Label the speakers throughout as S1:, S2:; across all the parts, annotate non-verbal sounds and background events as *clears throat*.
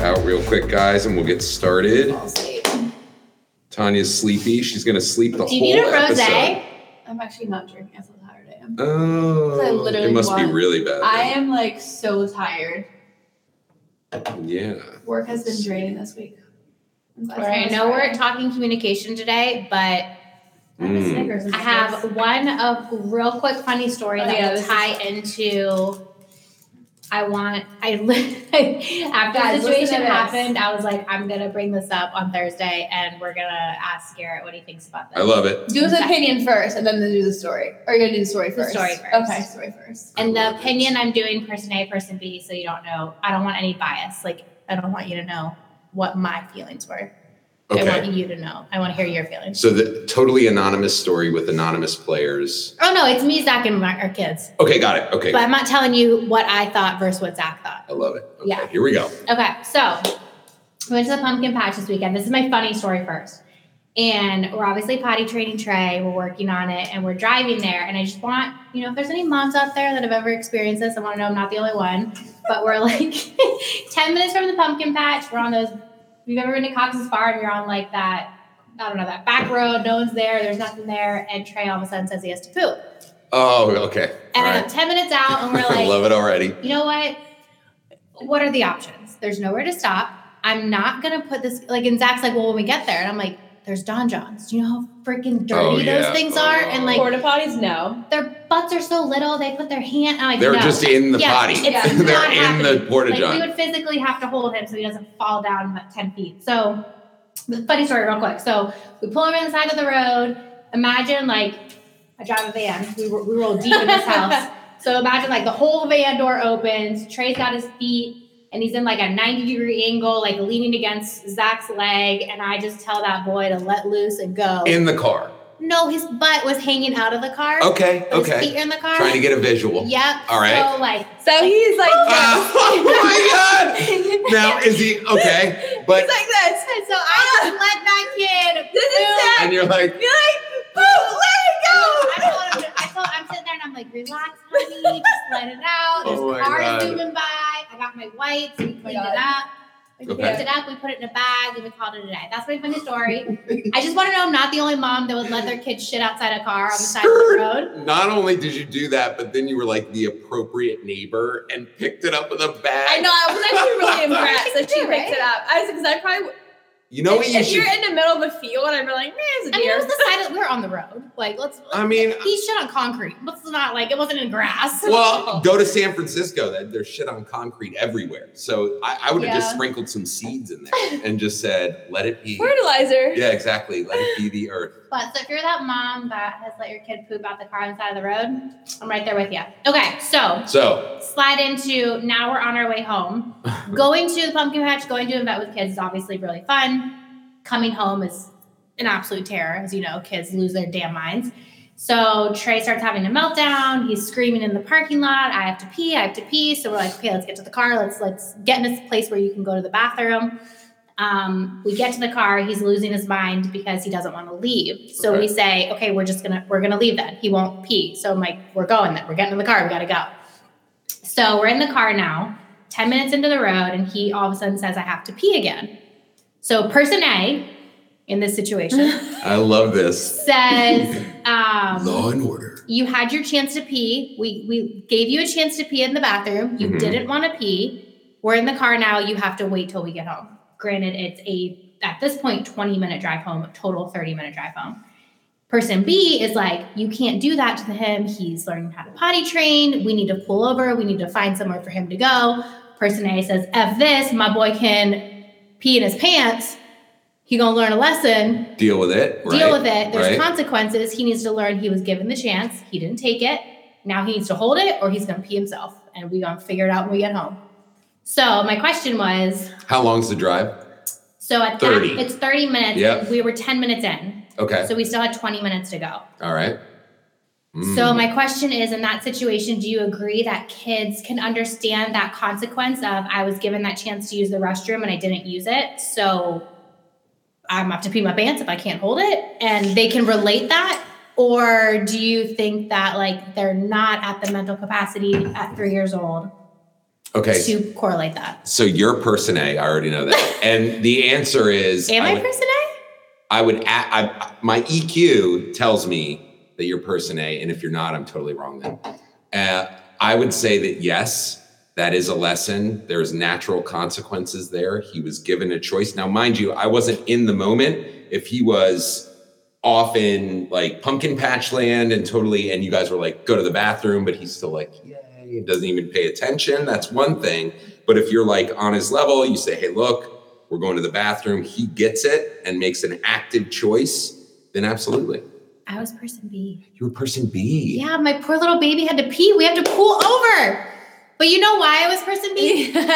S1: out real quick, guys, and we'll get started.
S2: I'll sleep.
S1: Tanya's sleepy. She's gonna sleep the
S2: Do you
S1: whole
S2: need a rose?
S1: episode.
S2: I'm actually not drinking. I feel tired I am.
S1: Oh,
S2: I literally
S1: it must be
S2: want-
S1: really bad.
S2: I am like so tired.
S1: then. Yeah.
S2: Work has been draining this week.
S3: All right, I know we're talking communication today, but
S1: Mm.
S3: I have one of real quick funny story
S2: Oh,
S3: that
S2: yeah,
S3: will
S2: this is
S3: tie into. I want I *laughs* li- after
S2: Guys,
S3: the
S2: listen to
S3: situation
S2: this.
S3: happened, I was like, I'm gonna bring this up on Thursday, and we're gonna ask Garrett what he thinks about this.
S1: I love it.
S2: Do the opinion first, and then do the story. Or you're gonna do the story
S3: The
S2: first.
S3: story first.
S2: Okay, story first.
S3: and the opinion I'm doing person A, person B, so you don't know. I don't want any bias. Like I don't want you to know what my feelings were. I
S1: Okay.
S3: want you to know. I want to hear your feelings.
S1: So the totally anonymous story with anonymous players.
S3: Oh no, it's me, Zach, and my, our kids.
S1: Okay, got it. Okay.
S3: But I'm not telling you what I thought versus what Zach thought.
S1: I love it. Okay,
S3: Yeah.
S1: here we go.
S3: Okay, so I went to the pumpkin patch this weekend. This is my funny story first. And we're obviously potty training Trey. We're working on it and we're driving there. And I just want, you know, if there's any moms out there that have ever experienced this, I want to know I'm not the only one. But we're like *laughs* 10 minutes from the pumpkin patch. We're on those, if you've ever been to Cox's Bar and you're on like that, I don't know, that back road, no one's there, there's nothing there. And Trey all of a sudden says he has to poop.
S1: Oh, okay. All
S3: And
S1: right.
S3: 10 minutes
S1: *laughs*
S3: out and we're
S1: I
S3: like,
S1: love it already.
S3: you know what? What are the options? There's nowhere to stop. I'm not gonna put this like and Zach's like, well, when we get there, and I'm like, there's Don Johns. Do you know how freaking dirty
S1: Oh, yeah. oh.
S3: those things are? And like
S2: Porta potties, no.
S3: their butts are so little, they put their hand. I'm like,
S1: They're
S3: no.
S1: just in the
S3: Yeah,
S1: potty.
S3: it's
S1: *laughs* They're
S3: not
S1: in the
S3: happening.
S1: porta
S3: like, we
S1: john.
S3: would physically have to hold him so he doesn't fall down about 10 feet. So the funny story real quick. So we pull him on the side of the road. Imagine like I drive a van. We were we roll deep in this house.
S1: *laughs*
S3: So imagine like the whole van door opens. Trey's got his feet and he's in like a 90 degree angle, like leaning against Zach's leg. And I just tell that boy to let loose and go.
S1: In the car.
S3: no, his butt was hanging out of the car.
S1: Okay,
S3: His
S1: okay.
S3: feet are in the car.
S1: Trying to get a visual.
S3: Yep.
S1: All right.
S3: So like
S2: So he's like,
S1: *laughs* Oh, my god! *laughs* Now
S3: *laughs*
S1: is he okay? But
S2: like this.
S3: And so I just let that *laughs* kid.
S2: This is
S3: poop.
S2: sad.
S1: and you're like,
S2: You're like, boo, let
S3: I told him. I told. I'm sitting there and I'm like, relax, honey. Just let it out. There's
S1: Oh my
S3: cars
S1: God.
S3: zooming by. I got my wipes. We cleaned
S2: God.
S3: it up. We
S1: Okay.
S3: picked it up. We put it in a bag and we called it a day. That's my funny story. I just want to know I'm not the only mom that would let their kid shit outside a car on the side of the
S1: Skirt.
S3: road.
S1: not only did you do that, but then you were like the appropriate neighbor and picked it up with a bag.
S2: I know, *laughs* I was actually really impressed that she
S3: Yeah,
S2: picked it up. I was because I probably
S1: You know
S2: if,
S1: what you
S2: if
S1: should.
S2: you're in the middle of a field and I'm like, man, it's a
S3: I mean, it
S2: deer.
S3: was the side of we were on the road. Like, let's.
S1: I mean,
S3: he shit on concrete. Let's not like it wasn't in grass.
S1: well, go to San Francisco. Then there's shit on concrete everywhere. So I, I would have just
S2: Yeah.
S1: sprinkled some seeds in there and just said, "Let it be."
S2: fertilizer.
S1: Yeah, exactly. Let it be the earth.
S3: But so if you're that mom that has let your kid poop out the car on the side of the road, I'm right there with you. Okay, so
S1: So
S3: slide into now we're on our way home. going to the pumpkin patch, going to an event with kids is obviously really fun. Coming home is an absolute terror, as you know, kids lose their damn minds. So Trey starts having a meltdown. He's screaming in the parking lot. I have to pee. I have to pee. So we're like, okay, let's get to the car. Let's let's get in this place where you can go to the bathroom. Um, we get to the car. He's losing his mind because he doesn't want to leave. So
S1: Okay.
S3: we say, okay, we're just gonna we're gonna leave then. He won't pee. So I'm like, we're going then. We're getting in the car. We gotta go. So we're in the car now, 10 minutes into the road, and he all of a sudden says, I have to pee again. So person A in this situation
S1: *laughs* I love this.
S3: says, um,
S1: and order.
S3: you had your chance to pee. We we gave you a chance to pee in the bathroom. You
S1: Mhm.
S3: didn't want to pee. We're in the car now. You have to wait till we get home. Granted, it's a at this point 20 minute drive home, total 30 minute drive home. Person B is like, you can't do that to him. He's learning how to potty train. We need to pull over. We need to find somewhere for him to go. Person A says, F this, my boy can pee in his pants. He gonna learn a lesson
S1: Deal with it. Right?
S3: deal with it. There's
S1: right.
S3: consequences. He needs to learn he was given the chance. He didn't take it. Now he needs to hold it or he's going to pee himself. And we're going to figure it out when we get home. So my question was
S1: How long's the drive?
S3: so at
S1: 30.
S3: that, it's 30 minutes.
S1: Yep.
S3: We were 10 minutes in.
S1: Okay.
S3: So we still had 20 minutes to go.
S1: All right. Mm.
S3: So my question is in that situation, do you agree that kids can understand that consequence of I was given that chance to use the restroom and I didn't use it? So I'm gonna have to pee my pants if I can't hold it and they can relate that? Or do you think that like they're not at the mental capacity at three years old
S1: Okay.
S3: to correlate that.
S1: So you're person A. I already know
S3: *laughs*
S1: that. And the answer is
S3: Am I
S1: would-
S3: person A?
S1: I would. a- I, my EQ tells me that you're person A, and if you're not, I'm totally wrong. Then uh, I would say that yes, that is a lesson. There's natural consequences there. He was given a choice. Now, mind you, I wasn't in the moment. If he was off in like pumpkin patch land and totally, and you guys were like, go to the bathroom, but he's still like, yay, and doesn't even pay attention. That's one thing. But if you're like on his level, you say, hey, look, we're going to the bathroom, he gets it and makes an active choice, then absolutely.
S3: I was person B.
S1: You're person B.
S3: Yeah, my poor little baby had to pee. We had to pull over. But you know why I was
S1: *laughs*
S3: person B?
S1: Good,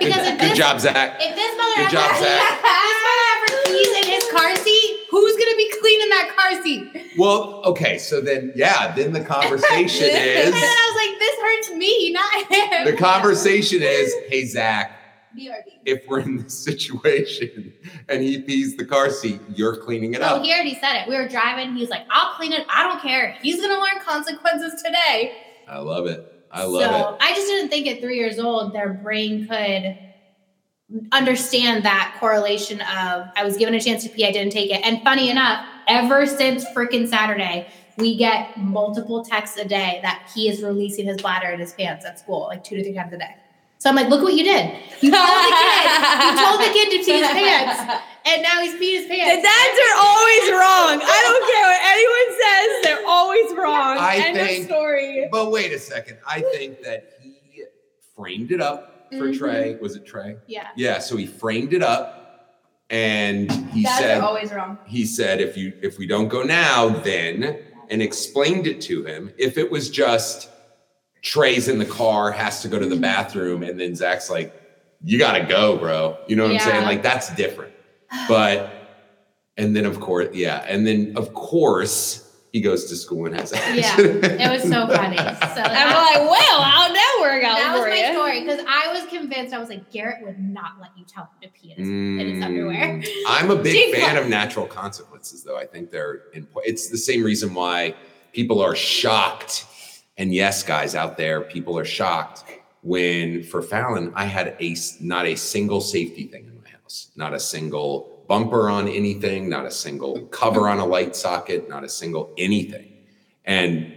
S3: Because if
S1: good
S3: this,
S1: job, Zach.
S3: if this mother
S1: Good job,
S3: *laughs* effer-
S1: Zach.
S3: if this mother effer pees in his car seat, who's gonna be cleaning that car seat?
S1: Well, okay, so then yeah, then the conversation
S3: And *laughs* then
S1: is
S3: I was like, this hurts me, not him.
S1: the conversation is, hey Zach,
S3: BRB.
S1: if we're in this *laughs* situation and he pees the car seat, you're cleaning it
S3: Oh,
S1: up.
S3: he already said it. We were driving. He was like, I'll clean it. I don't care. He's gonna learn consequences today.
S1: I love it. I love it.
S3: so I just didn't think at three years old their brain could understand that correlation of I was given a chance to pee, I didn't take it. And funny enough, ever since freaking Saturday, we get multiple texts a day that he is releasing his bladder in his pants at school, like two to three times a day. So I'm like, look what you did. You told the kid, you told the kid to pee his pants, and now he's peeing his
S2: The dads
S3: pants.
S2: are always wrong. I don't care what anyone says; they're always wrong.
S1: I
S2: End
S1: think-
S2: of story.
S1: But wait a second. I think that he framed it up for
S3: Mhm.
S1: Trey. Was it Trey?
S3: Yeah.
S1: Yeah, so he framed it up and he
S3: Dads
S1: said
S3: are always wrong.
S1: he said if you if we don't go now then and explained it to him. If it was just Trey's in the car, has to go to the bathroom and then Zach's like you got to go, bro. You know what I'm saying?
S3: Yeah.
S1: Like that's different. But and then of course, yeah, and then of course he goes to school and has accident. *laughs*
S3: It was so funny. So
S2: I'm like, well, I'll now work out
S3: that was
S2: for
S3: my
S2: you.
S3: story because I was convinced I was like Garrett would not let you tell him to pee in his in his underwear.
S1: Mm, I'm a big
S3: Jingle.
S1: fan of natural consequences, though. I think they're important. It's the same reason why people are shocked. And yes, guys out there, people are shocked when for Fallon, I had a s- not a single safety thing in my house, not a single bumper on anything, not a single cover on a light socket, not a single anything. And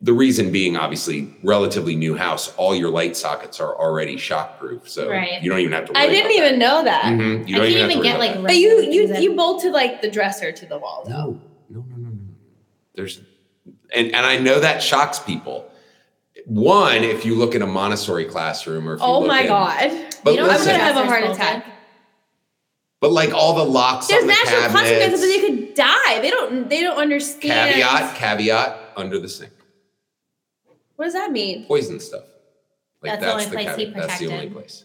S1: the reason being, obviously, relatively new house, all your light sockets are already shockproof, so
S3: Right.
S1: you don't even have to. Worry
S2: I didn't
S1: about that.
S2: even know that.
S1: Mhm. You
S3: I
S1: don't
S3: can't
S1: have to
S3: even
S1: worry
S3: get
S1: about
S3: like
S1: that.
S2: But you
S3: regular
S2: you
S3: things
S2: you
S3: in.
S2: bolted like the dresser to the wall though.
S1: No, no, no, no, no. no. There's, and and I know that shocks people. One, if you look in a Montessori classroom, or if you
S2: Oh
S1: look
S2: my
S1: in-
S2: god.
S1: but
S3: You don't
S2: I'm
S1: listen,
S2: gonna have a
S3: Dresser's
S2: heart
S3: bolted.
S2: attack.
S1: but like all the locks
S2: There's
S1: on the
S2: natural
S1: cabinets.
S2: consequences, but they could die. They don't they don't understand.
S1: caveat, caveat under the sink,
S2: What does that mean?
S1: poison stuff. Like
S3: That's the
S1: that's,
S3: only
S1: the,
S3: place he
S1: caveat. That's the only
S3: protected.
S1: place.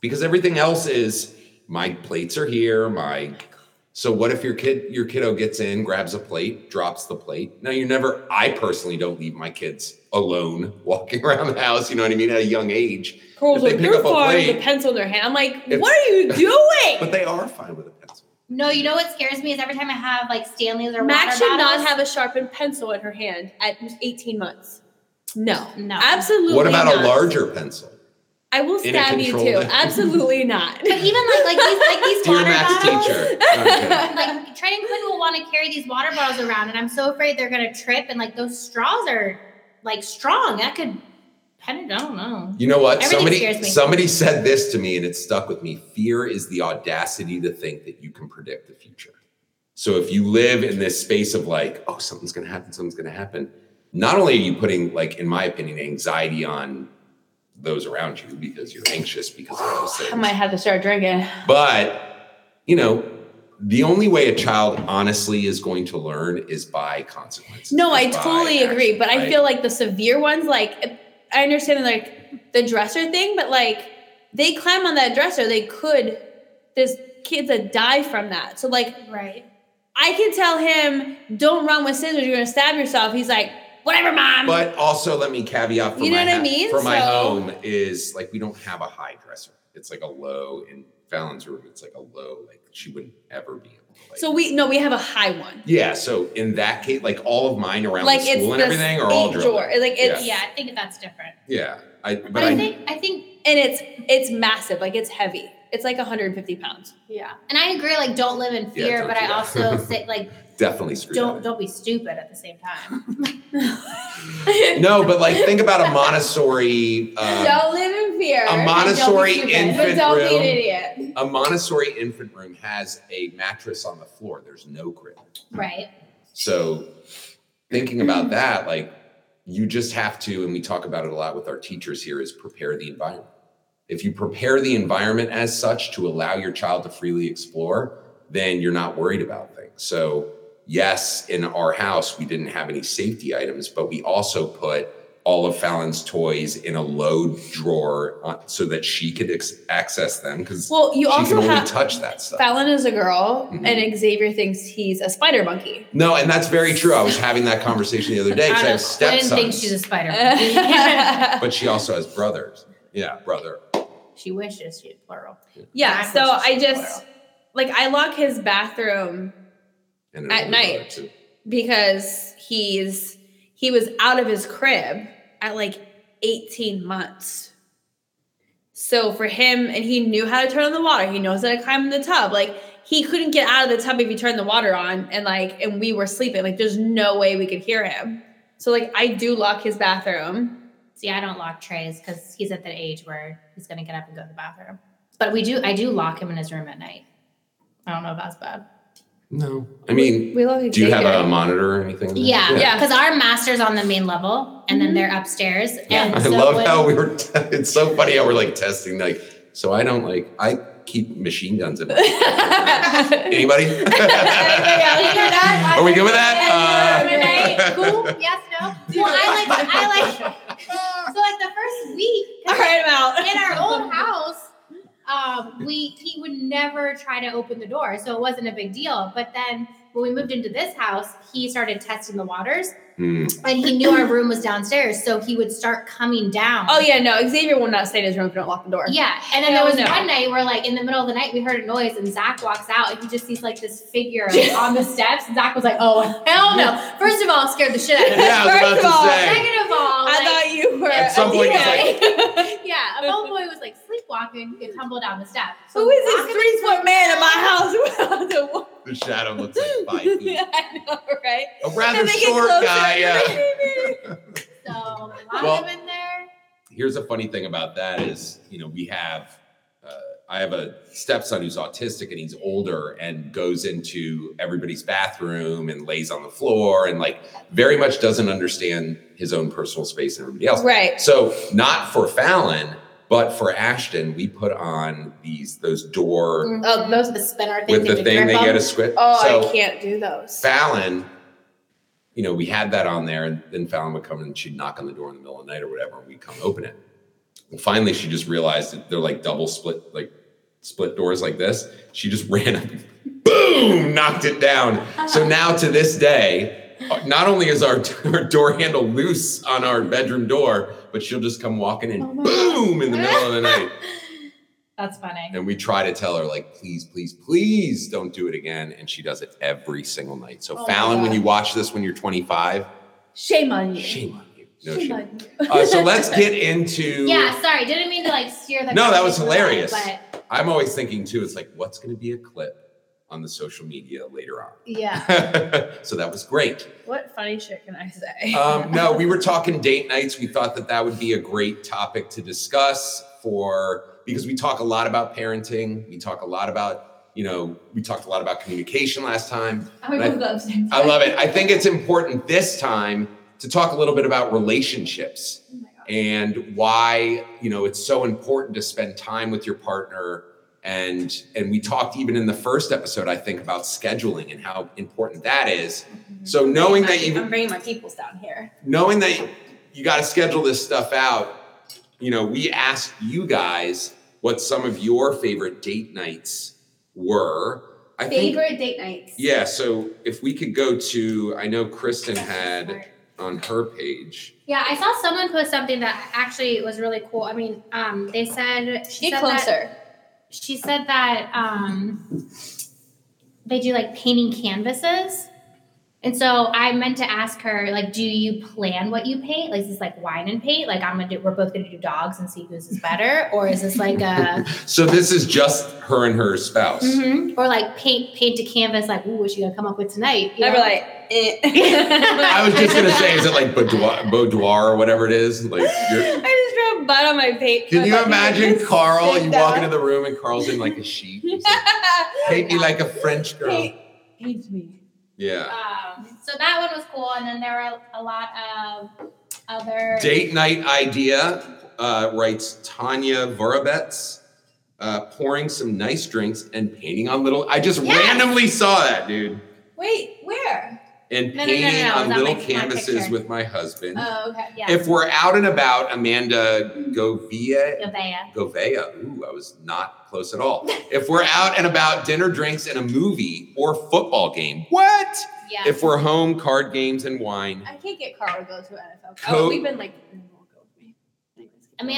S1: Because everything else is my plates are here. My so what if your kid your kiddo gets in, grabs a plate, drops the plate? Now you never. I personally don't leave my kids alone *laughs* walking around the house. You know what I mean? At a young age,
S2: Carl's
S1: If they
S2: like,
S1: pick
S2: you're
S1: up a
S2: fine with
S1: plate-
S2: a pencil in their hand. I'm like,
S1: If-
S2: what are you doing?
S1: but they are fine with a pencil.
S3: No, you know what scares me is every time I have like Stanley's or
S2: Max
S3: water
S2: should not
S3: bottles-
S2: have a sharpened pencil in her hand at 18 months. No.
S3: No.
S2: Absolutely
S1: What about
S2: not.
S1: a larger pencil?
S2: I will
S1: in a
S2: stab you too.
S1: controlled-
S2: Absolutely *laughs* not.
S3: But even like like these
S1: *laughs*
S3: like these
S1: Dear
S3: water
S1: math
S3: bottles.
S1: teacher. No, I'm kidding.
S3: *laughs* Like Trey and Quinn will want to carry these water bottles around, and I'm so afraid they're gonna trip. And like those straws are like strong. That could, I don't know.
S1: You know what?
S3: Everything
S1: somebody
S3: scares me.
S1: somebody said this to me and it stuck with me. Fear is the audacity to think that you can predict the future. So if you live in this space of like, oh, something's going to happen, something's going to happen, not only are you putting like in my opinion anxiety on those around you because you're anxious because of those things.
S2: have to start drinking.
S1: But you know, the only way a child honestly is going to learn is by consequences.
S2: No, I
S1: is by
S2: totally agree.
S1: action,
S2: But I
S1: right?
S2: feel like the severe ones, like I understand like the dresser thing, but like they climb on that dresser, they could. There's kids that die from that. So like
S3: Right.
S2: I can tell him, don't run with scissors, you're gonna stab yourself. He's like, whatever, mom.
S1: But also, let me caveat for
S2: You know
S1: my
S2: what I
S1: ha-
S2: mean?
S1: for my
S2: So-
S1: home is like we don't have a high dresser. It's like a low and Fallon's room, it's like a low, like she wouldn't ever be able to. Like,
S2: So we no, we have a high one.
S1: yeah, so in that case, like all of mine around
S2: Like
S1: the
S2: it's
S1: school and
S2: this
S1: everything are all
S2: eight
S1: drilled.
S2: drawer. Like it's
S3: Yeah, I think that's different.
S1: Yeah, I but,
S3: But
S1: I,
S3: I, think I think
S2: and it's it's massive. Like it's heavy. It's like 150 pounds.
S3: yeah, and I agree. Like, don't live in
S1: Yeah,
S3: fear,
S1: don't
S3: but
S1: do
S3: I
S1: that.
S3: also
S1: *laughs*
S3: say like,
S1: definitely screwed.
S3: don't
S1: up.
S2: *laughs*
S3: don't be stupid at the same time.
S1: No, but like think about a
S2: *laughs*
S1: Montessori. Um,
S2: don't live in fear.
S1: a
S2: and
S1: Montessori
S2: don't be stupid,
S1: infant
S2: But don't be
S1: room.
S2: an idiot.
S1: A Montessori infant room has a mattress on the floor. There's no crib.
S3: right.
S1: So thinking about that, like you just have to, and we talk about it a lot with our teachers here, is prepare the environment. If you prepare the environment as such to allow your child to freely explore, then you're not worried about things. So, yes, in our house, we didn't have any safety items, but we also put all of Fallon's toys in a low drawer uh, so that she could ex- access them because
S2: Well, you
S1: she can
S2: also
S1: only
S2: have
S1: touch that stuff.
S2: Fallon is a girl,
S1: Mhm.
S2: and Xavier thinks he's a spider monkey.
S1: No, and that's very true. I was having that conversation the other day because I, have
S3: I didn't think
S1: stepsons,
S3: she's a
S2: *laughs*
S3: spider. *laughs*
S2: yeah.
S1: but she also has brothers. Yeah, brother.
S3: she wishes she had plural. Backwards
S2: So
S3: is
S2: I
S3: so
S2: just like I lock his bathroom
S1: And
S2: At
S1: another
S2: night.
S1: brother, too.
S2: because he's he was out of his crib at like 18 months. So for him, and he knew how to turn on the water. He knows how to climb in the tub. Like he couldn't get out of the tub if you turned the water on, and like and we were sleeping. Like there's no way we could hear him. So like I do lock his bathroom.
S3: See, I don't lock trays because he's at that age where he's gonna get up and go to the bathroom. But we do, I do lock him in his room at night. I don't know if that's bad.
S1: No, I mean,
S2: We lock.
S1: do you have um,
S2: *laughs* Xavier.
S1: a monitor or anything?
S3: Yeah,
S2: Yeah.
S3: Because our master's on the main level, and then they're upstairs.
S2: Yeah.
S3: And
S1: I
S3: so
S1: love
S3: when-
S1: how
S3: *laughs*
S1: we were. it's so funny how we're like testing. Like, so I don't like. I keep machine guns in
S2: *laughs*
S1: my. Anybody? *laughs*
S3: Oh,
S1: Are
S3: *laughs*
S1: we good with Uh, that?
S3: Cool. Yes. No. Well, I like. I like. So like the first week,
S2: All right, I'm out. *laughs*
S3: in our old house, um, we he would never try to open the door, so it wasn't a big deal. But then when we moved into this house, he started testing the waters,
S1: *laughs* Hmm.
S3: and he knew our room was downstairs, so he would start coming down.
S2: Oh yeah, no, Xavier will not stay in his room if you don't lock the door.
S3: Yeah, and then there
S2: Hell
S3: was
S2: no.
S3: one night where, like, in the middle of the night, we heard a noise, and Zach walks out, and he just sees like this
S2: *laughs*
S3: figure like, on the steps. And Zach was like, "Oh hell no!" First of all, it scared the shit out of me.
S1: Yeah, I was
S2: First of
S1: about
S2: all,
S1: to say.
S3: *laughs* Second of all,
S2: I
S3: like,
S2: thought you were
S1: At some
S2: a
S1: point, he's
S2: DJ.
S3: yeah,
S2: *laughs*
S3: a homeboy was like sleepwalking and tumbled down the steps. So
S2: Who is this
S3: Zach and
S2: three foot man in my house *laughs* without the wall?
S1: The shadow looks like
S2: *laughs*
S1: five feet.
S2: I know, right?
S1: A rather
S2: *laughs* And they get
S1: short
S2: closer,
S1: guy. Yeah.
S3: So lock
S1: Well-
S3: him in there.
S1: here's a funny thing about that is you know we have uh, i have a stepson who's autistic and he's older and goes into everybody's bathroom and lays on the floor and like very much doesn't understand his own personal space and everybody else
S2: Right.
S1: so not for fallon but for ashton we put on these those door
S3: Oh, those are the spinner things.
S1: with the thing they get a squid
S2: Oh,
S1: so
S2: I can't do those.
S1: Fallon, you know, we had that on there, and then Fallon would come and she'd knock on the door in the middle of the night or whatever, and we'd come open it. Well, finally, she just realized that they're like double split, like split doors like this. She just *laughs* ran up, boom, knocked it down.
S2: *laughs*
S1: So now to this day, uh, not only is our, our door handle loose on our bedroom door, but she'll just come walking in,
S2: Oh my
S1: boom, in the middle
S2: *laughs*
S1: of the night.
S3: That's funny.
S1: And we try to tell her, like, please, please, please don't do it again. And she does it every single night. So,
S2: Oh my
S1: Fallon, when
S2: God.
S1: you watch this when you're 25,
S2: Shame on you.
S1: shame on you. No
S2: Shame
S1: shame.
S2: on you.
S1: Uh, so, let's get
S2: *laughs*
S1: into.
S3: Yeah, sorry, didn't mean to like steer the.
S1: No, that was
S3: conversation away,
S1: hilarious. I'm always thinking, too, it's like, what's going to be a clip on the social media later on? *laughs*
S3: But yeah,
S1: so, that was great.
S2: What funny shit can I say?
S1: Um, no, we were talking date nights. We thought that that would be a great topic to discuss for because we talk a lot about parenting. We talk a lot about, you know, we talked a lot about communication last time.
S2: we
S1: I-
S2: both love Sam.
S1: I love it. I think it's important this time to talk a little bit about relationships and why, you know, it's so important to spend time with your partner and and we talked even in the first episode I think about scheduling and how important that is. So knowing that you
S2: I'm bringing my peoples down here.
S1: knowing that you got to schedule this stuff out, you know, we asked you guys what some of your favorite date nights were. I think
S2: Favorite date nights.
S1: yeah, so if we could go to, I know Kristen had on her page.
S3: yeah. I saw someone post something that actually was really cool. I mean, um, they said she
S2: Get
S3: said that
S2: closer.
S3: she said that um, they do like painting canvases. And so I meant to ask her, like, do you plan what you paint? Like, is this like wine and paint? Like, I'm gonna do, we're both gonna do dogs and see whose is better, or is this like a,
S1: So this is just her and her spouse.
S3: Mhm. or like paint paint a canvas? Like, ooh, what's she gonna come up with tonight? You
S2: I'd be
S3: *laughs* know?
S2: like, *laughs* eh.
S1: I was just gonna say, is it like boudoir, boudoir or whatever it is? Like, you're,
S2: I just drew a butt on my paint.
S1: can you imagine Carl? You walk into
S2: the
S1: the room and Carl's in like a sheet. He's like,
S3: *laughs*
S1: Paint me like a French girl.
S2: Hate me.
S1: Yeah.
S3: Um, so that one was cool, and then there were a lot of other.
S1: Date night idea uh, writes Tanya Vorobets, uh, pouring some nice drinks and painting on little. I just
S3: Yes.
S1: randomly saw that, dude.
S2: Wait, where?
S1: And
S3: No, no, no, no,
S1: painting
S3: no,
S1: on
S3: not
S1: little
S3: my- my
S1: canvases
S3: picture.
S1: with my husband.
S3: Oh, okay, yeah.
S1: If we're out and about, Amanda Govea.
S3: Gabea.
S1: Govea. Ooh, I was not close at all. If we're out and about, dinner, drinks, and a movie or football game. What?
S3: Yeah.
S1: If we're home, card games and wine.
S2: I can't get Carl to go to NFL.
S1: Co-
S2: oh, we've been like, "No, won't go with me." Anyways.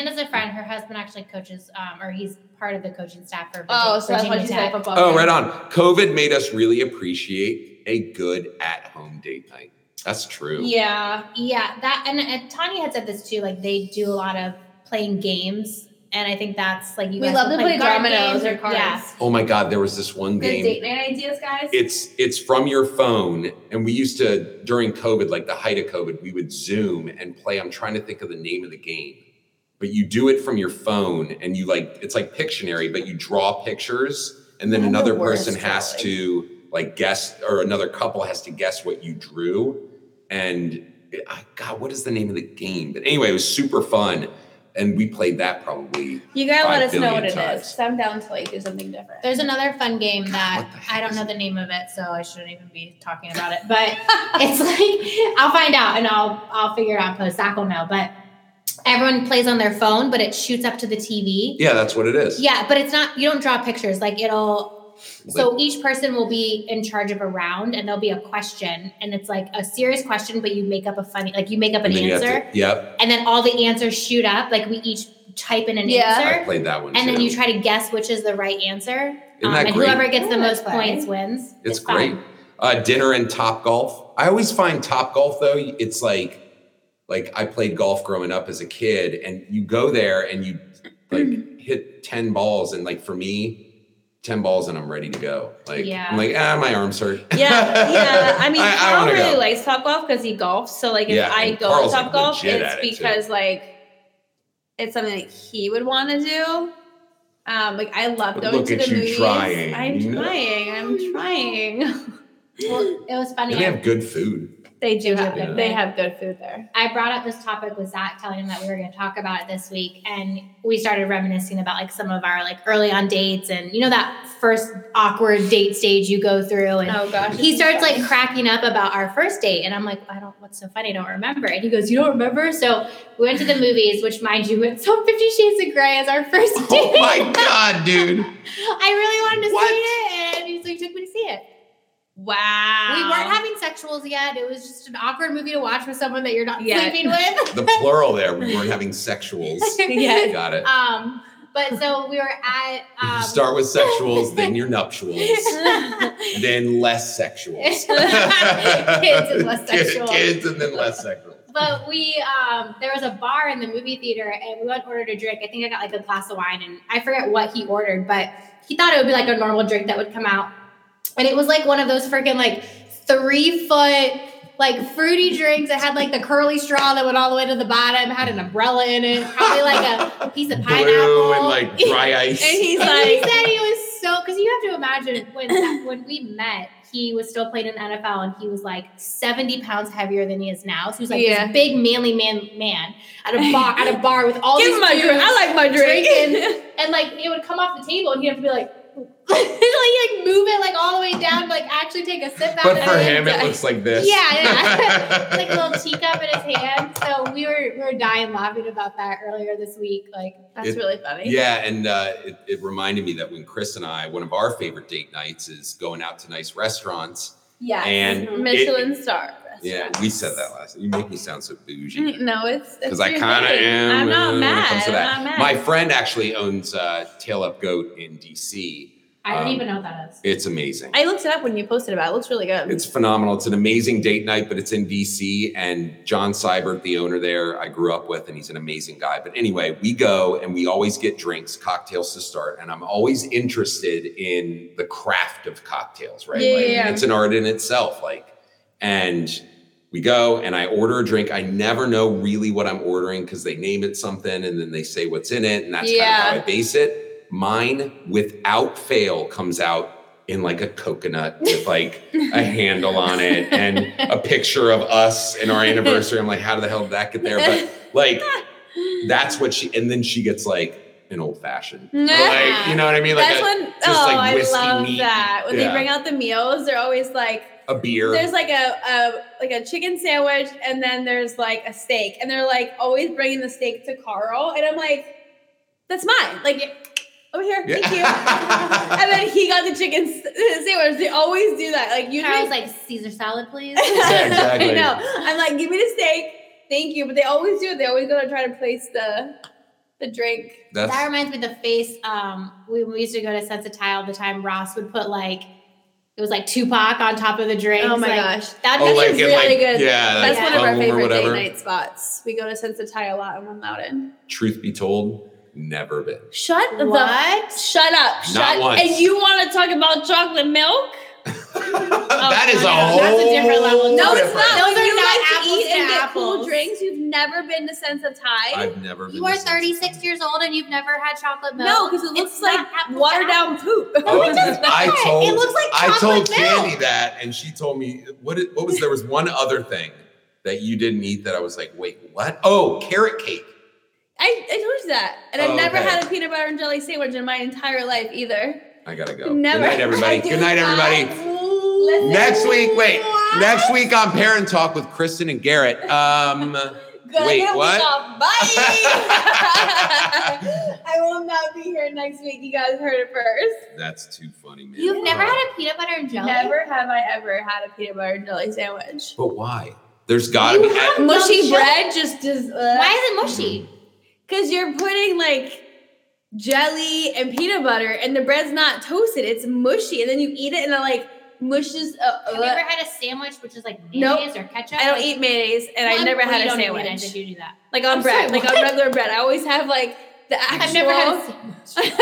S3: Amanda's a friend. Her husband actually coaches, um, or he's part of the coaching staff for.
S2: Oh, so that's
S3: Virginia
S2: why she said
S3: Tech.
S2: football.
S1: Oh,
S2: game.
S1: right on. COVID made us really appreciate a good at home date night. That's true.
S2: oh, Yeah.
S3: Yeah, that and, and Tanya had said this too. Like they do a lot of playing games, and I think that's like you.
S2: We
S3: guys
S2: love
S3: can
S2: to play
S3: card
S2: dominoes
S3: games.
S2: or cards.
S3: Yeah.
S1: Oh my God, there was this one
S2: Good date
S1: game.
S2: night ideas, guys.
S1: It's it's from your phone, and we used to during COVID, like the height of COVID, we would Zoom and play. I'm trying to think of the name of the game, but you do it from your phone, and you like it's like Pictionary, but you draw pictures, and then
S2: I'm the
S1: another
S2: worst
S1: person
S2: at
S1: has
S2: it.
S1: to like guess, or another couple has to guess what you drew, and it- I- God, what is the name of the game? But anyway, it was super fun, and we played that probably.
S2: You gotta
S1: Five
S2: let us know
S1: billion
S2: what it is.
S1: times.
S2: So I'm down to like do something different.
S3: There's another fun game that
S1: Oh What the heck
S3: I don't
S1: is
S3: know the name of it, so I shouldn't even be talking about it. But *laughs* it's like I'll find out and I'll I'll figure it out post. Zach will know. But everyone plays on their phone, but it shoots up to the TV.
S1: Yeah, that's what it is.
S3: Yeah, but it's not. You don't draw pictures. Like it'll. So each person will be in charge of a round, and there'll be a question, and it's like a serious question, but you make up a funny, like you make up an
S1: And then you have
S3: answer,
S1: to- yep,
S3: and then all the answers shoot up. Like we each type in an
S2: Yeah.
S1: I
S3: answer,
S1: played that one.
S3: and then
S1: too.
S3: you try to guess which is the right answer. um,
S1: Isn't that
S3: and
S1: great?
S3: whoever gets the
S2: Yeah,
S3: most
S2: that's fun.
S3: points wins.
S1: It's,
S3: fun.
S1: great. Uh, dinner and top golf. I always find top golf though. It's like, like I played golf growing up as a kid, and you go there and you
S2: *clears throat*
S1: like hit ten balls, and like for me, ten balls, and I'm ready to go. Like
S3: Yeah.
S1: I'm like, ah, my arms hurt.
S2: yeah, yeah.
S1: *laughs*
S2: I mean,
S1: I, I
S2: Carl
S1: wanna
S2: really
S1: go.
S2: likes top golf because he golfs. So like, if
S1: Yeah,
S2: I
S1: and
S2: go
S1: Carl's,
S2: to
S1: like,
S2: top golf,
S1: legit at
S2: it's
S1: it, too.
S2: because like it's something that he would want to do. Um, like I love
S1: But
S2: going
S1: look
S2: to
S1: at
S2: the
S1: you
S2: movies.
S1: trying.
S2: I'm trying. I'm trying. *laughs*
S3: Well, it was funny.
S1: And they have good food.
S2: They do have.
S1: Yeah.
S2: They have good food there.
S3: I brought up this topic with Zach, telling him that we were going to talk about it this week, and we started reminiscing about like some of our like early on dates, and you know that first awkward date stage you go through, and
S2: Oh gosh.
S3: he
S2: it's
S3: starts like
S2: fun.
S3: cracking up about our first date, and I'm like, I don't. What's so funny? I don't remember. And he goes, You don't remember? So we went to the movies, which, mind you, *laughs* it's on Fifty Shades of Grey as our first
S1: *laughs*
S3: date.
S1: Oh my god, dude!
S3: I really wanted to
S1: What?
S3: see it, and he's like, took me to see it.
S2: Wow.
S3: We weren't
S2: *laughs*
S3: having sexuals yet. It was just an awkward movie to watch with someone that you're not
S2: Yeah.
S1: *laughs*
S3: sleeping with.
S1: The plural there. We weren't having
S2: *laughs*
S1: sexuals.
S2: Yes.
S1: Got it.
S3: *laughs* Um, but so we were at. Um,
S1: you start with sexuals, then your
S2: *laughs*
S1: nuptials, then less sexuals.
S3: Kids and less
S1: Kid-
S3: sexuals.
S1: Kids and then less sexuals.
S3: but we um there was a bar in the movie theater and we went and ordered a drink i think i got like a glass of wine and i forget what he ordered but he thought it would be like a normal drink that would come out and it was like one of those freaking like three foot like fruity drinks that had like the curly straw that went all the way to the bottom had an umbrella in it probably like
S1: *laughs*
S3: a, piece of pineapple
S1: Blue and like dry ice.
S2: *laughs* And he's
S3: And he
S2: like,
S3: said he was so because you have to imagine when when we met, he was still playing in the NFL and he was like 70 pounds heavier than he is now. So he was like
S2: Yeah.
S3: this big manly man man at a bar at a bar with all
S2: give
S3: these
S2: him my drink.
S3: dudes.
S2: I like my drink. *laughs*
S3: drinking. and like it would come off the table and he'd have to be like *laughs* like, like move it like all the way down, like actually take a
S2: "Oh,
S3: sip out
S1: but
S3: of
S1: for
S3: it.
S1: him, it looks like this.
S3: Yeah,
S1: *laughs*
S3: yeah. *laughs* like a little teacup in his hand. So we were we were dying laughing about that earlier this week. Like
S2: That's
S1: It-
S2: really funny.
S1: Yeah, and uh, it, it reminded me that when Chris and I, one of our favorite date nights is going out to nice restaurants.
S2: Yes. Mm-hmm.
S1: And
S2: Michelin star. Mm,
S3: last
S1: Yeah,
S3: time.
S1: we said that last. You make me sound so bougie.
S2: No,
S1: Because
S2: it's Mm-hmm. it's
S1: I
S2: your
S1: kind of
S2: thing.
S1: am. uh,
S2: I'm not
S1: when it
S2: mad.
S1: comes to that.
S2: I'm not mad.
S1: My friend actually owns uh, Tail Up Goat in DC.
S3: I
S1: Um,
S3: don't even know what that is.
S1: It's amazing.
S2: I looked it up when you posted about. It, it looks really good.
S1: It's phenomenal. It's an amazing date night, but it's in DC. And John Seibert, the owner there, I grew up with, and he's an amazing guy. But anyway, we go and we always get drinks, cocktails to start. And I'm always interested in the craft of cocktails, right?
S2: Yeah,
S1: like,
S2: yeah, yeah.
S1: It's an art in itself. Like, and we go and I order a drink. I never know really what I'm ordering because they name it something and then they say what's in it. And that's kind
S2: Yeah.
S1: of how I base it. Mine, without fail, comes out in like a coconut
S2: *laughs*
S1: with like a handle on it and a picture of us and our anniversary. I'm like, how the hell did that get there? But
S2: *laughs*
S1: like, that's what she, and then she gets like an old fashioned. Like, you know what I mean? Like
S2: That's
S1: a,
S2: when.
S1: just
S2: oh,
S1: like
S2: I
S1: whiskey
S2: love
S1: neat.
S2: that. When
S1: Yeah.
S2: they bring out the meals, they're always like,
S1: a beer.
S2: there's like a, a like a chicken sandwich, and then there's like a steak, and they're like always bringing the steak to Carl, and I'm like, that's mine. Like over here,
S1: Yeah.
S2: thank you. *laughs* and then he got the chicken s- sandwich. They always do that. Like you
S3: You I was like Caesar salad, please.
S1: Yeah,
S3: *laughs*
S1: exactly.
S2: I know. I'm like, give me the steak. Thank you. But they always do it. They always gotta try to place the the drink.
S1: That's
S3: that reminds me of the face. Um, we, we used to go to Sensatile all the time. Ross would put like it was like Tupac on top of the drink.
S2: oh my
S3: like,
S2: gosh.
S3: That
S1: oh,
S2: That's
S1: like,
S2: just
S1: in,
S2: really
S1: like,
S2: good.
S1: Yeah, like
S2: That's one of our
S1: Bumble or
S2: favorite date
S1: whatever.
S2: night spots. We go to Sensitai a lot in One Mountain.
S1: Truth be told, never
S2: *laughs*
S1: been. *laughs*
S2: Shut the f-
S3: What?
S2: shut up. Shut
S1: once.
S2: and you wanna talk about chocolate milk?
S1: that is a
S3: no,
S1: whole.
S2: Oh,
S3: that's a different level.
S2: No, it's
S1: different-
S2: not.
S3: Those are
S2: you
S3: not
S2: like
S3: apples
S2: to eat
S3: to
S2: and get cool
S3: apples.
S2: drinks. You've never been to Sensitai.
S1: I've never. Been
S3: You are
S1: to San
S3: 36 years old and you've never had chocolate milk.
S2: No, because it looks
S3: It's not
S2: like
S3: apples to
S2: watered down poop.
S1: Oh,
S3: it
S2: *laughs*
S3: does
S1: I
S3: not.
S1: told.
S3: It looks like
S1: I told
S3: chocolate milk.
S1: Candy that, and she told me what. It, what was there was one other thing that you didn't eat that I was like, wait, what? Oh, carrot cake.
S2: I, I told you that. And
S1: Oh,
S2: I've never
S1: okay.
S2: had a peanut butter and jelly sandwich in my entire life either.
S1: I gotta go.
S2: Never.
S1: Good night, everybody.
S2: I did
S1: Good night, everybody.
S2: Listen.
S1: Next week, wait. Next week on Parent Talk with Kristen and Garrett. Um,
S2: Gonna
S1: Wait,
S2: get a week
S1: what?
S2: off. Bye. *laughs* I will not be here next week. You guys heard it first.
S1: that's too funny, man.
S3: You've never had a peanut butter and jelly?
S2: Never have I ever had a peanut butter and jelly sandwich.
S1: But why? There's gotta be.
S3: *laughs* have-
S2: Mushy
S3: Mushy
S2: bread just does. Why?
S3: Why is it mushy?
S2: Because you're putting like jelly and peanut butter, and the bread's not toasted. It's mushy, and then you eat it, and it like mushes. Uh,
S3: Have you ever had a sandwich which is like
S2: Nope.
S3: mayonnaise or ketchup?
S2: I don't
S3: Like,
S2: eat mayonnaise, and I
S3: well,
S2: never
S3: well,
S2: had
S3: you
S2: a
S3: don't eat mayonnaise if
S2: sandwich.
S3: you do that.
S2: Like on
S3: I'm
S2: bread,
S3: sorry,
S2: like on regular bread. I always have like the actual.
S3: I've never had a sandwich.
S2: *laughs*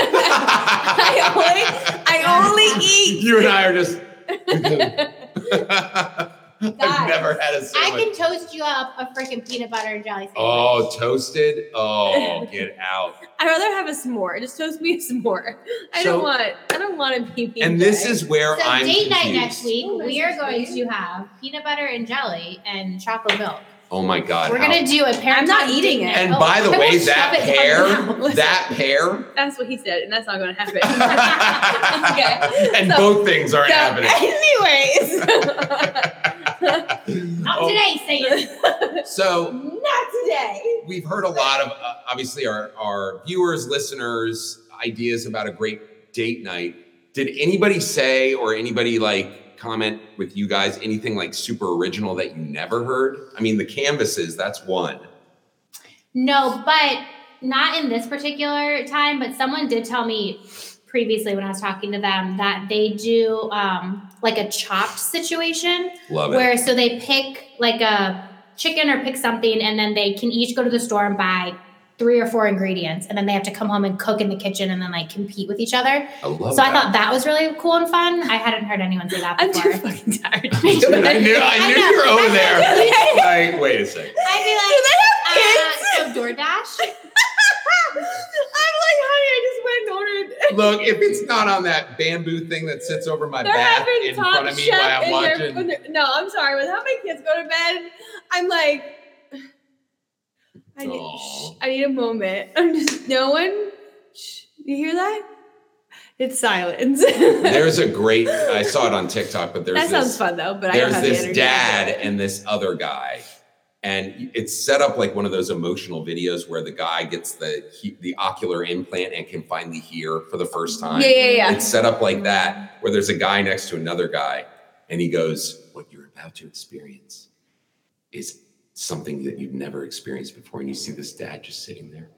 S2: I only, I
S3: *laughs*
S2: only
S1: *laughs*
S2: eat.
S1: You and I are just. I've never had a
S3: I
S1: sandwich.
S3: can toast you up a freaking peanut butter and jelly sandwich.
S1: Oh, toasted.
S3: *laughs*
S1: Oh, get out.
S2: I'd rather have a s'more. Just toast me a s'more. I
S1: So-
S2: don't want. I don't want to be.
S1: And this is where
S3: so
S1: I'm
S3: date night
S1: confused.
S3: next week,
S2: Oh, this
S3: we are
S2: is
S3: going
S2: weird.
S3: to have peanut butter and jelly and chocolate milk.
S1: Oh my god.
S3: We're
S1: how-
S3: gonna do Oh, a pair.
S2: I'm not eating it.
S1: And by
S3: *laughs*
S1: the
S2: I
S1: way,
S2: won't
S1: that
S2: shove it down
S1: pair,
S2: now.
S1: that pair, *laughs*
S2: That's what he said, and that's not going to happen. *laughs* okay.
S1: and
S2: So-
S1: both things aren't
S2: So,
S3: *laughs*
S1: happening. *laughs*
S2: anyways,
S3: not
S1: Oh,
S3: today, Satan.
S2: *laughs*
S1: so
S2: not today.
S1: we've heard a lot of uh, obviously our, our viewers listeners ideas about a great date night did anybody say or anybody like comment with you guys anything like super original that you never heard i mean the canvases that's one
S3: No, but not in this particular time. But someone did tell me previously when I was talking to them that they do um, like a chopped situation
S1: love it
S3: where so they pick like a chicken or pick something and then they can each go to the store and buy three or four ingredients and then they have to come home and cook in the kitchen and then like compete with each other.
S1: i love
S3: so
S1: that
S3: I thought that was really cool and fun. I hadn't heard anyone do that
S2: I'm too *laughs*
S3: before.
S2: fucking tired.
S1: Dude, *laughs* i knew i
S3: I
S1: knew
S3: know.
S1: you were over there
S2: I'd
S1: like wait a second
S2: be uh,
S3: I'd be
S2: *laughs*
S3: like, uh, so DoorDash.
S2: I'm like, honey, I just went and ordered
S1: look if it's not on that bamboo thing that sits over my
S2: They're
S1: back
S2: having
S1: in
S2: Top
S1: front of me
S2: Chef
S1: while i'm
S2: in their-
S1: watching
S2: in their- no, I'm sorry. With how my kids go to bed, I'm like, I need,
S1: Aw.
S2: shh, I need a moment. I'm just no one. Shh, you hear that? It's silence. *laughs* that
S1: there's a great i saw it on tiktok but there's this
S2: sounds fun though, but I don't
S1: there's
S2: have the
S1: this
S2: energy.
S1: dad and this other guy and it's set up like one of those emotional videos where the guy gets the he, the ocular implant and can finally hear for the first time
S2: Yeah, yeah, yeah.
S1: it's set up like that where there's a guy next to another guy and he goes what you're about to experience is something that you've never experienced before. And you see this dad just sitting there,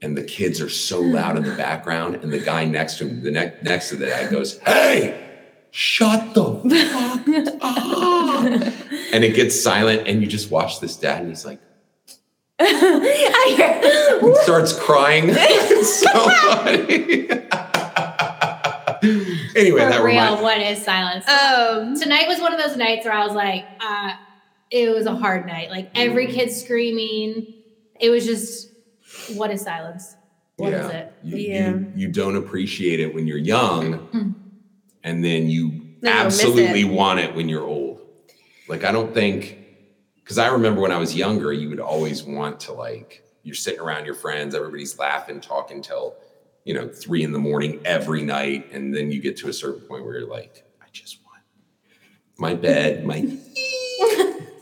S1: and the kids are so loud in the background, and the guy next to him, the ne- next to the dad goes, "Hey." Shut the fuck up. And it gets silent, and you just watch this dad, and he's like,
S2: *laughs* I hear-
S1: and starts crying. *laughs* it's so funny. *laughs* anyway,
S3: For
S1: that
S3: real,
S1: reminds
S3: what is silence?
S2: um,
S3: Tonight was one of those nights where I was like, uh, it was a hard night. Like every
S1: Mm.
S3: kid screaming. It was just, what is silence? What is it?
S1: You,
S2: Yeah.
S1: you, you don't appreciate it when you're young,
S3: Mm.
S1: and then you
S2: No, you'll miss
S1: absolutely want it when you're old. Like I don't think, because I remember when I was younger, you would always want to like you're sitting around your friends, everybody's laughing, talking till you know three in the morning every night, and then you get to a certain point where you're like, I just want my bed,
S2: *laughs*
S1: my.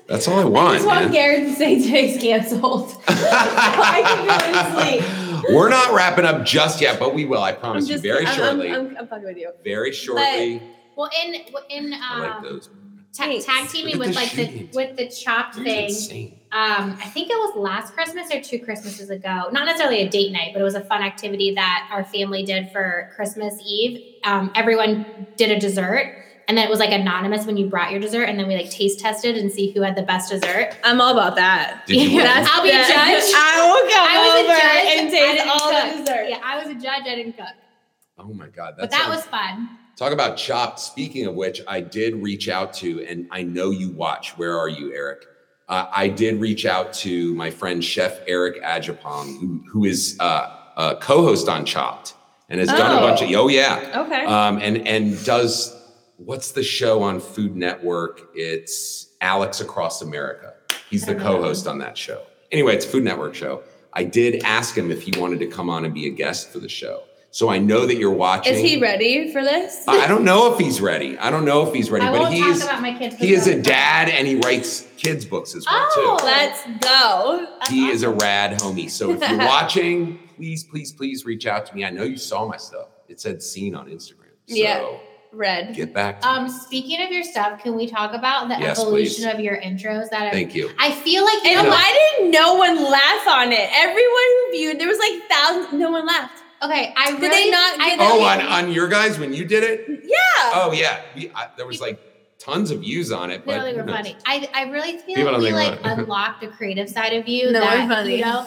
S1: That's all I want.
S3: I just want
S1: man.
S3: Garrett to say today's
S1: *laughs*
S3: canceled. I can go to sleep.
S1: We're not wrapping up just yet, but we will. I
S2: I'm
S1: promise
S2: just
S1: you very
S2: I'm,
S1: shortly.
S2: I'm, I'm, I'm fucking with you.
S1: very shortly.
S3: Well, in in
S1: I like
S3: um,
S1: those.
S3: ta- tag
S2: Thanks.
S3: teaming
S1: Look at
S3: with
S1: the
S3: like the
S1: shades.
S3: with the chopped
S1: That's
S3: thing.
S1: insane.
S3: um, I think it was last Christmas or two Christmases ago. Not necessarily a date night, but it was a fun activity that our family did for Christmas Eve. Um, everyone did a dessert, and then it was like anonymous when you brought your dessert, and then we like taste tested and see who had the best dessert.
S2: I'm all about that.
S1: Did you
S2: *laughs*
S3: Yeah,
S1: win?
S3: I'll be a
S2: That's-
S3: judge.
S2: I will come
S3: I was a
S2: over
S3: judge,
S2: and taste
S3: I didn't
S2: all the
S3: cook.
S2: dessert.
S3: Yeah, I was a judge. I didn't cook,
S1: Oh my god,
S3: but
S1: that's
S3: that was fun.
S1: talk about chopped. Speaking of which, I did reach out to, and I know you watch. Where are you, Eric? Uh, I did reach out to my friend Chef Eric Ajapong, who, who is uh, a co-host on Chopped and has done a
S2: Oh.
S1: bunch of. Oh yeah,
S2: Okay.
S1: um, and and does what's the show on Food Network? It's Alex Across America. He's the
S3: I don't know.
S1: co-host on that show. Anyway, it's a Food Network show. I did ask him if he wanted to come on and be a guest for the show. So I know that you're watching.
S2: Is he ready for this?
S1: I I don't know if he's ready. I don't know if he's ready,
S3: I
S1: but
S3: won't
S1: he's
S3: talk about my kids.
S1: he is a dad and he writes kids books as well
S3: Oh,
S1: too.
S2: Let's go. Uh,
S3: That's
S1: he is a
S3: awesome.
S1: rad homie. So if you're watching, please, please, please reach out to me. I know you saw my stuff. It said seen on Instagram. So
S2: Yeah. Red.
S1: get back to me.
S3: Um, speaking of your stuff, can we talk about the
S1: Yes,
S3: evolution
S1: please.
S3: of your intros? That I,
S1: Thank you.
S3: I feel like you
S2: And
S3: know,
S2: why did no one laugh on it? Everyone who viewed, there was like thousands. No one laughed.
S3: Okay, I
S2: Did
S3: really,
S2: they not
S3: I
S2: give
S1: Oh,
S2: you-
S1: on, on your guys when you did it?
S2: Yeah.
S1: Oh yeah, we, I, there was like tons of views on it.
S3: no,
S1: But
S3: they were funny. I, I really feel
S1: People
S3: like
S1: don't
S3: we like
S1: think we're-
S3: unlocked a creative side of you.
S2: *laughs* No,
S3: that,
S2: we're funny.
S3: You know,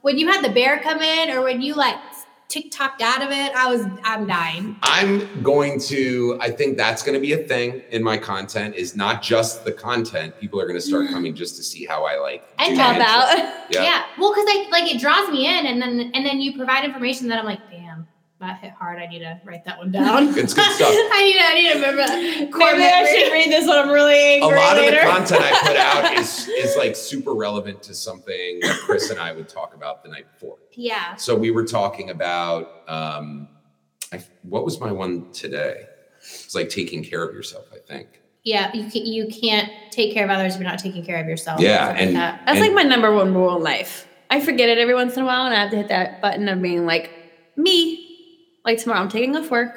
S3: when you had the bear come in, or when you like TikToked out of it, I was I'm dying.
S1: I'm going to. I think that's going to be a thing in my content. Is not just the content. People are going to start coming just to see how I like
S3: And
S1: do
S3: talk
S1: the intro.
S3: *laughs*
S2: About.
S1: Yeah.
S3: well, because I like it draws me in, and then and then you provide information that I'm like, damn, that hit hard. I need to write that one down.
S1: It's good stuff.
S3: *laughs* I need to, I need to remember. that. Core
S2: Maybe I
S3: memory.
S2: should read this when I'm really
S1: A
S2: angry
S1: lot
S2: later.
S1: of the content I put out is is like super relevant to something that Chris and I would talk about the night before.
S3: Yeah.
S1: So we were talking about um, I, what was my one today? It's like taking care of yourself. I think.
S3: Yeah, you can, you can't take care of others if you're not taking care of yourself.
S1: Yeah,
S3: Something like
S1: and-
S3: that.
S1: And-
S2: That's like my number one rule in life. I forget it every once in a while, and I have to hit that button of being like, me. Like tomorrow, I'm taking off work,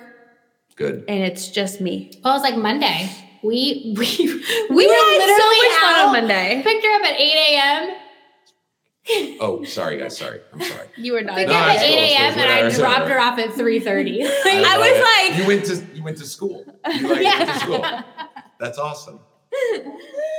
S1: Good.
S2: and it's just me.
S3: well, it's like Monday. We *laughs* we we,
S2: We,
S3: were
S2: had
S3: literally
S2: so much fun
S3: out.
S2: on Monday.
S3: Picked her up at eight a.m.
S1: Oh, sorry guys. Sorry. I'm sorry.
S2: You were not.
S3: Picked
S1: No,
S3: her up
S1: it's
S3: at
S1: cool,
S3: eight
S1: it's cool,
S3: a.m.
S1: it's
S3: and I
S1: whatever, it's
S3: dropped
S1: whatever.
S3: her off at
S2: *laughs*
S3: three
S2: *laughs*
S3: thirty.
S2: I
S1: love
S2: was
S1: it.
S2: like-
S1: you went to you went to school. You like, went to school. That's
S2: *laughs*
S1: awesome.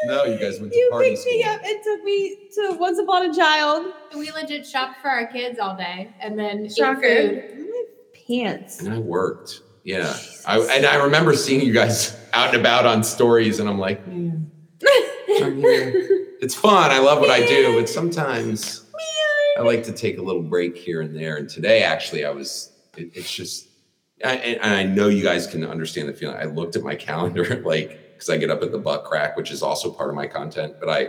S1: No, you guys went to
S2: you
S1: party
S2: picked me
S1: school.
S2: up and took me to Once Upon a Child.
S3: we legit shopped for our kids all day, and then ate food.
S2: Shocker. My pants.
S1: And I worked. Yeah. I, and I remember seeing you guys out and about on stories, and I'm like, man, I'm here. It's fun. I love what I do, but sometimes I like to take a little break here and there. And today, actually, I was, it, it's just, I, and and I know you guys can understand the feeling. I looked at my *laughs* calendar, like, because I get up at the butt crack, which is also part of my content, but I,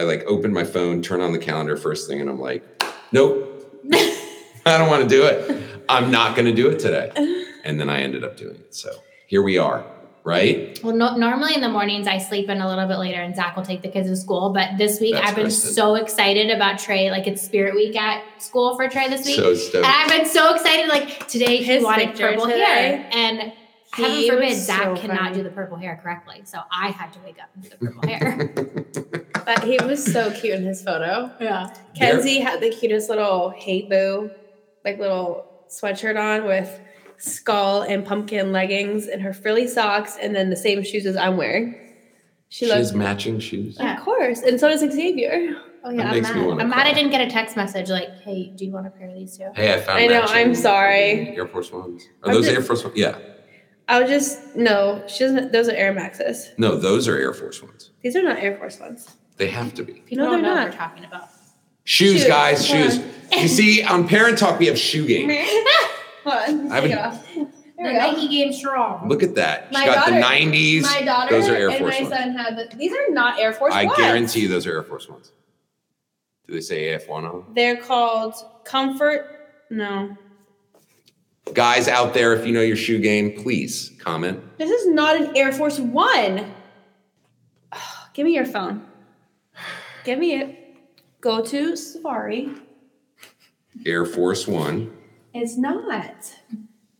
S1: I like open my phone, turn on the calendar first thing, and I'm like,
S2: *laughs*
S1: nope, I don't want to do it. I'm not going to do it today. And then I ended up doing it. So here we are, right?
S3: Well, no, normally in the mornings I sleep in a little bit later, and Zach will take the kids to school. But this week
S1: That's
S3: I've been
S1: Kristen.
S3: so excited about Trey. Like it's Spirit Week at school for Trey this week.
S1: So
S3: And
S1: stoked.
S3: I've been so excited. Like today, he
S2: His
S3: wanted
S2: picture
S3: purple
S2: today.
S3: hair, and Heaven
S2: He
S3: forbid
S2: was so
S3: Zach cannot
S2: funny.
S3: do the purple hair correctly. So I had to wake up and do
S1: *laughs*
S3: the
S2: *laughs*
S3: purple hair.
S2: But he was so cute in his photo.
S3: yeah.
S2: Kenzie had the cutest little hey boo, like little sweatshirt on with skull and pumpkin leggings and her frilly socks and then the same shoes as I'm wearing. She
S1: She has
S2: looks
S1: matching shoes.
S3: Yeah.
S2: of course. And so does Xavier.
S3: Oh
S1: That
S3: yeah, I'm
S1: makes me
S3: mad.
S1: wanna
S3: I'm mad I
S1: cry.
S3: didn't get a text message like, hey, do you want a pair of these too?
S1: Hey, I found.
S2: I know,
S1: matching
S2: I'm sorry.
S1: Air Force Ones. Are
S2: I'm
S1: those
S2: just-
S1: Air Force Ones? Yeah.
S2: I was just no, she doesn't those are Air Maxes.
S1: No, those are Air Force Ones.
S2: These are not Air Force *laughs* ones.
S1: They have to be.
S3: People
S2: No,
S3: don't
S2: they're
S3: know what
S2: not.
S3: we're talking about.
S1: Shoes,
S2: Shoes.
S1: guys,
S2: Come
S1: shoes.
S2: *laughs*
S1: You see, on Parent Talk, we have shoe game.
S2: Hold on,
S1: I would-
S2: take it off.
S3: The
S2: we go.
S3: Nike game strong.
S1: Look at that. She
S2: My
S1: got the
S2: daughter-
S1: 90s.
S2: My daughter
S1: those are Air
S2: and
S1: Force
S2: my
S1: Ones.
S2: son have the, these are not Air Force
S1: I
S2: ones.
S1: guarantee you those are Air Force Ones. Do they say AF1 on them?
S2: They're called comfort. No.
S1: Guys out there, if you know your shoe game, please comment.
S2: This is not an Air Force One. *sighs* Ugh, give me your phone. Give me it. Go to Safari.
S1: Air Force One.
S2: It's not.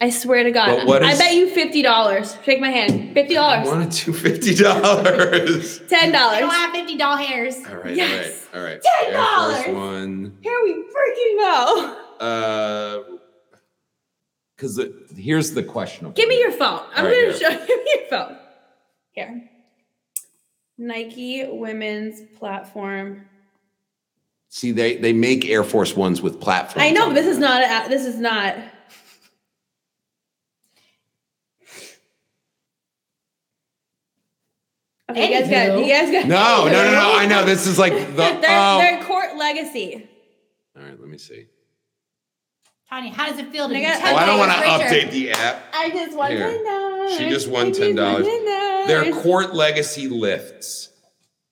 S2: I swear to God.
S1: But what
S2: I
S1: is-
S2: bet you fifty dollars. Shake my hand. Fifty
S1: I
S2: dollars.
S1: wanted to fifty dollars. *laughs*
S2: Ten
S3: I don't
S2: dollars.
S3: have fifty doll hairs.
S1: All right,
S2: Yes.
S1: all right, all right.
S2: $10.
S1: Air Force One.
S2: Here we freaking go.
S1: Uh, because here's the question.
S2: Give me your phone. I'm
S1: All right,
S2: gonna
S1: here.
S2: show *laughs* give me your phone. Here. Nike women's platform.
S1: See, they they make Air Force Ones with platforms.
S2: I know
S1: on
S2: but this
S1: them.
S2: is not a, this is not. Okay, you guys got you guys got
S1: No, no, no,
S2: *laughs*
S1: no. I know this is like the.
S2: they're,
S1: oh.
S2: they're court legacy.
S1: All right, let me see.
S3: Tanya, how does it feel to
S2: They
S3: be
S2: got-
S1: Oh, I don't
S2: Okay,
S1: want to
S3: it's richer.
S1: update the app.
S2: I just won
S1: Here.
S2: ten dollars.
S1: She just won $10. Their court legacy lifts.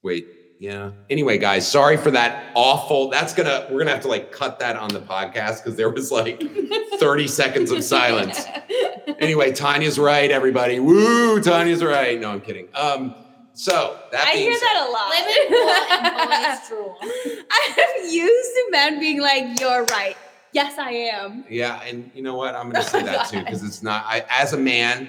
S1: Wait, yeah. Anyway, guys, sorry for that awful. That's gonna we're gonna have to like cut that on the podcast because there was
S2: *laughs*
S1: like 30 seconds of silence. Anyway, Tanya's right, everybody. Woo, Tanya's right. No, I'm kidding. Um, so that
S2: I
S1: being
S2: hear
S1: said-
S2: that a lot.
S3: Women rule
S2: *laughs*
S3: and boys drool.
S2: I'm used to men being like, "You're right. Yes, I am."
S1: Yeah, and you know what? I'm gonna say that too, because it's not I as a man,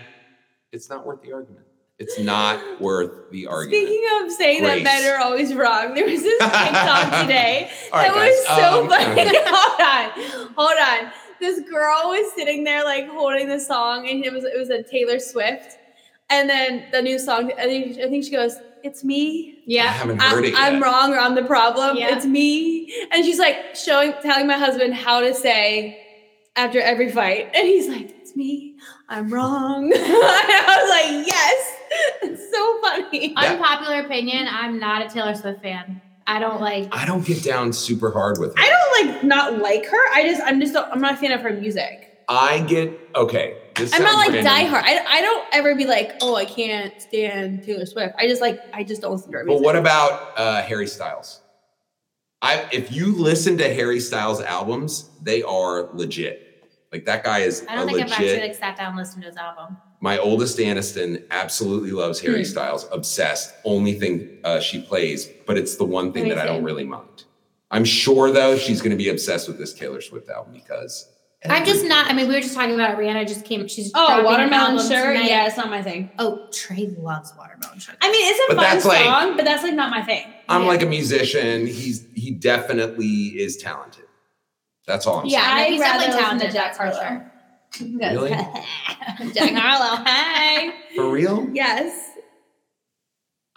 S1: it's not worth the argument. It's not worth the argument.
S2: Speaking of saying
S1: Grace.
S2: that men are always wrong, there
S1: *laughs*
S2: was this TikTok today
S1: All right,
S2: that was
S1: guys,
S2: so
S1: um, *laughs*
S2: funny. *laughs*
S1: okay.
S2: hold on, hold on. This girl was sitting there like holding the song, and it was it was a Taylor Swift, and then the new song. I think I think she goes, "It's me."
S1: I
S3: Yeah.
S1: haven't heard
S2: I'm,
S1: it yet.
S2: I'm wrong or I'm the problem.
S3: Yeah.
S2: It's me. And she's like showing, telling my husband how to say after every fight. And he's like, it's me. I'm wrong. *laughs* and I was like, yes. It's so funny.
S1: That-
S3: Unpopular opinion, I'm not a Taylor Swift fan. I don't like
S1: I don't get down super hard with it.
S2: I don't like not like her. I just, I'm just, don't, I'm not a fan of her music.
S1: I get okay. This
S2: I'm not
S1: sounds
S2: like
S1: random.
S2: diehard. I, I don't ever be like, oh, I can't stand Taylor Swift. I just like, I just don't listen to her
S1: But
S2: music.
S1: what about uh, Harry Styles? I if you listen to Harry Styles albums, they are legit. Like that guy is
S3: I
S1: a
S3: don't think I've actually
S1: legit.
S3: like sat down and listened to his album.
S1: My oldest Aniston absolutely loves Harry
S2: Hmm.
S1: Styles, obsessed. Only thing uh, she plays, but it's the one thing
S3: Me
S1: that I don't
S3: too.
S1: really mind. I'm sure though she's going to be obsessed with this Taylor Swift album because
S3: I'm just not. I mean, we were just talking about it. Rihanna just came. She's
S2: Oh,
S3: dropping an
S2: watermelon
S3: album
S2: sure.
S3: tonight.
S2: Yeah, it's not my thing.
S3: Oh, Trey loves watermelon sugar.
S2: I mean, it's a
S1: But
S2: fun
S1: that's
S2: song,
S1: like-
S2: but that's like not my thing.
S1: I'm
S3: Yeah.
S1: like a musician. He's he definitely is talented. That's all I'm
S3: Yeah,
S2: I'd
S3: no, he's definitely
S2: rather listen to
S3: talented.
S2: Jack
S3: Jack Harlow.
S2: Harlow.
S1: saying. Really?
S2: *laughs*
S3: *laughs*
S2: Jack Harlow. Hey.
S1: For real?
S2: Yes.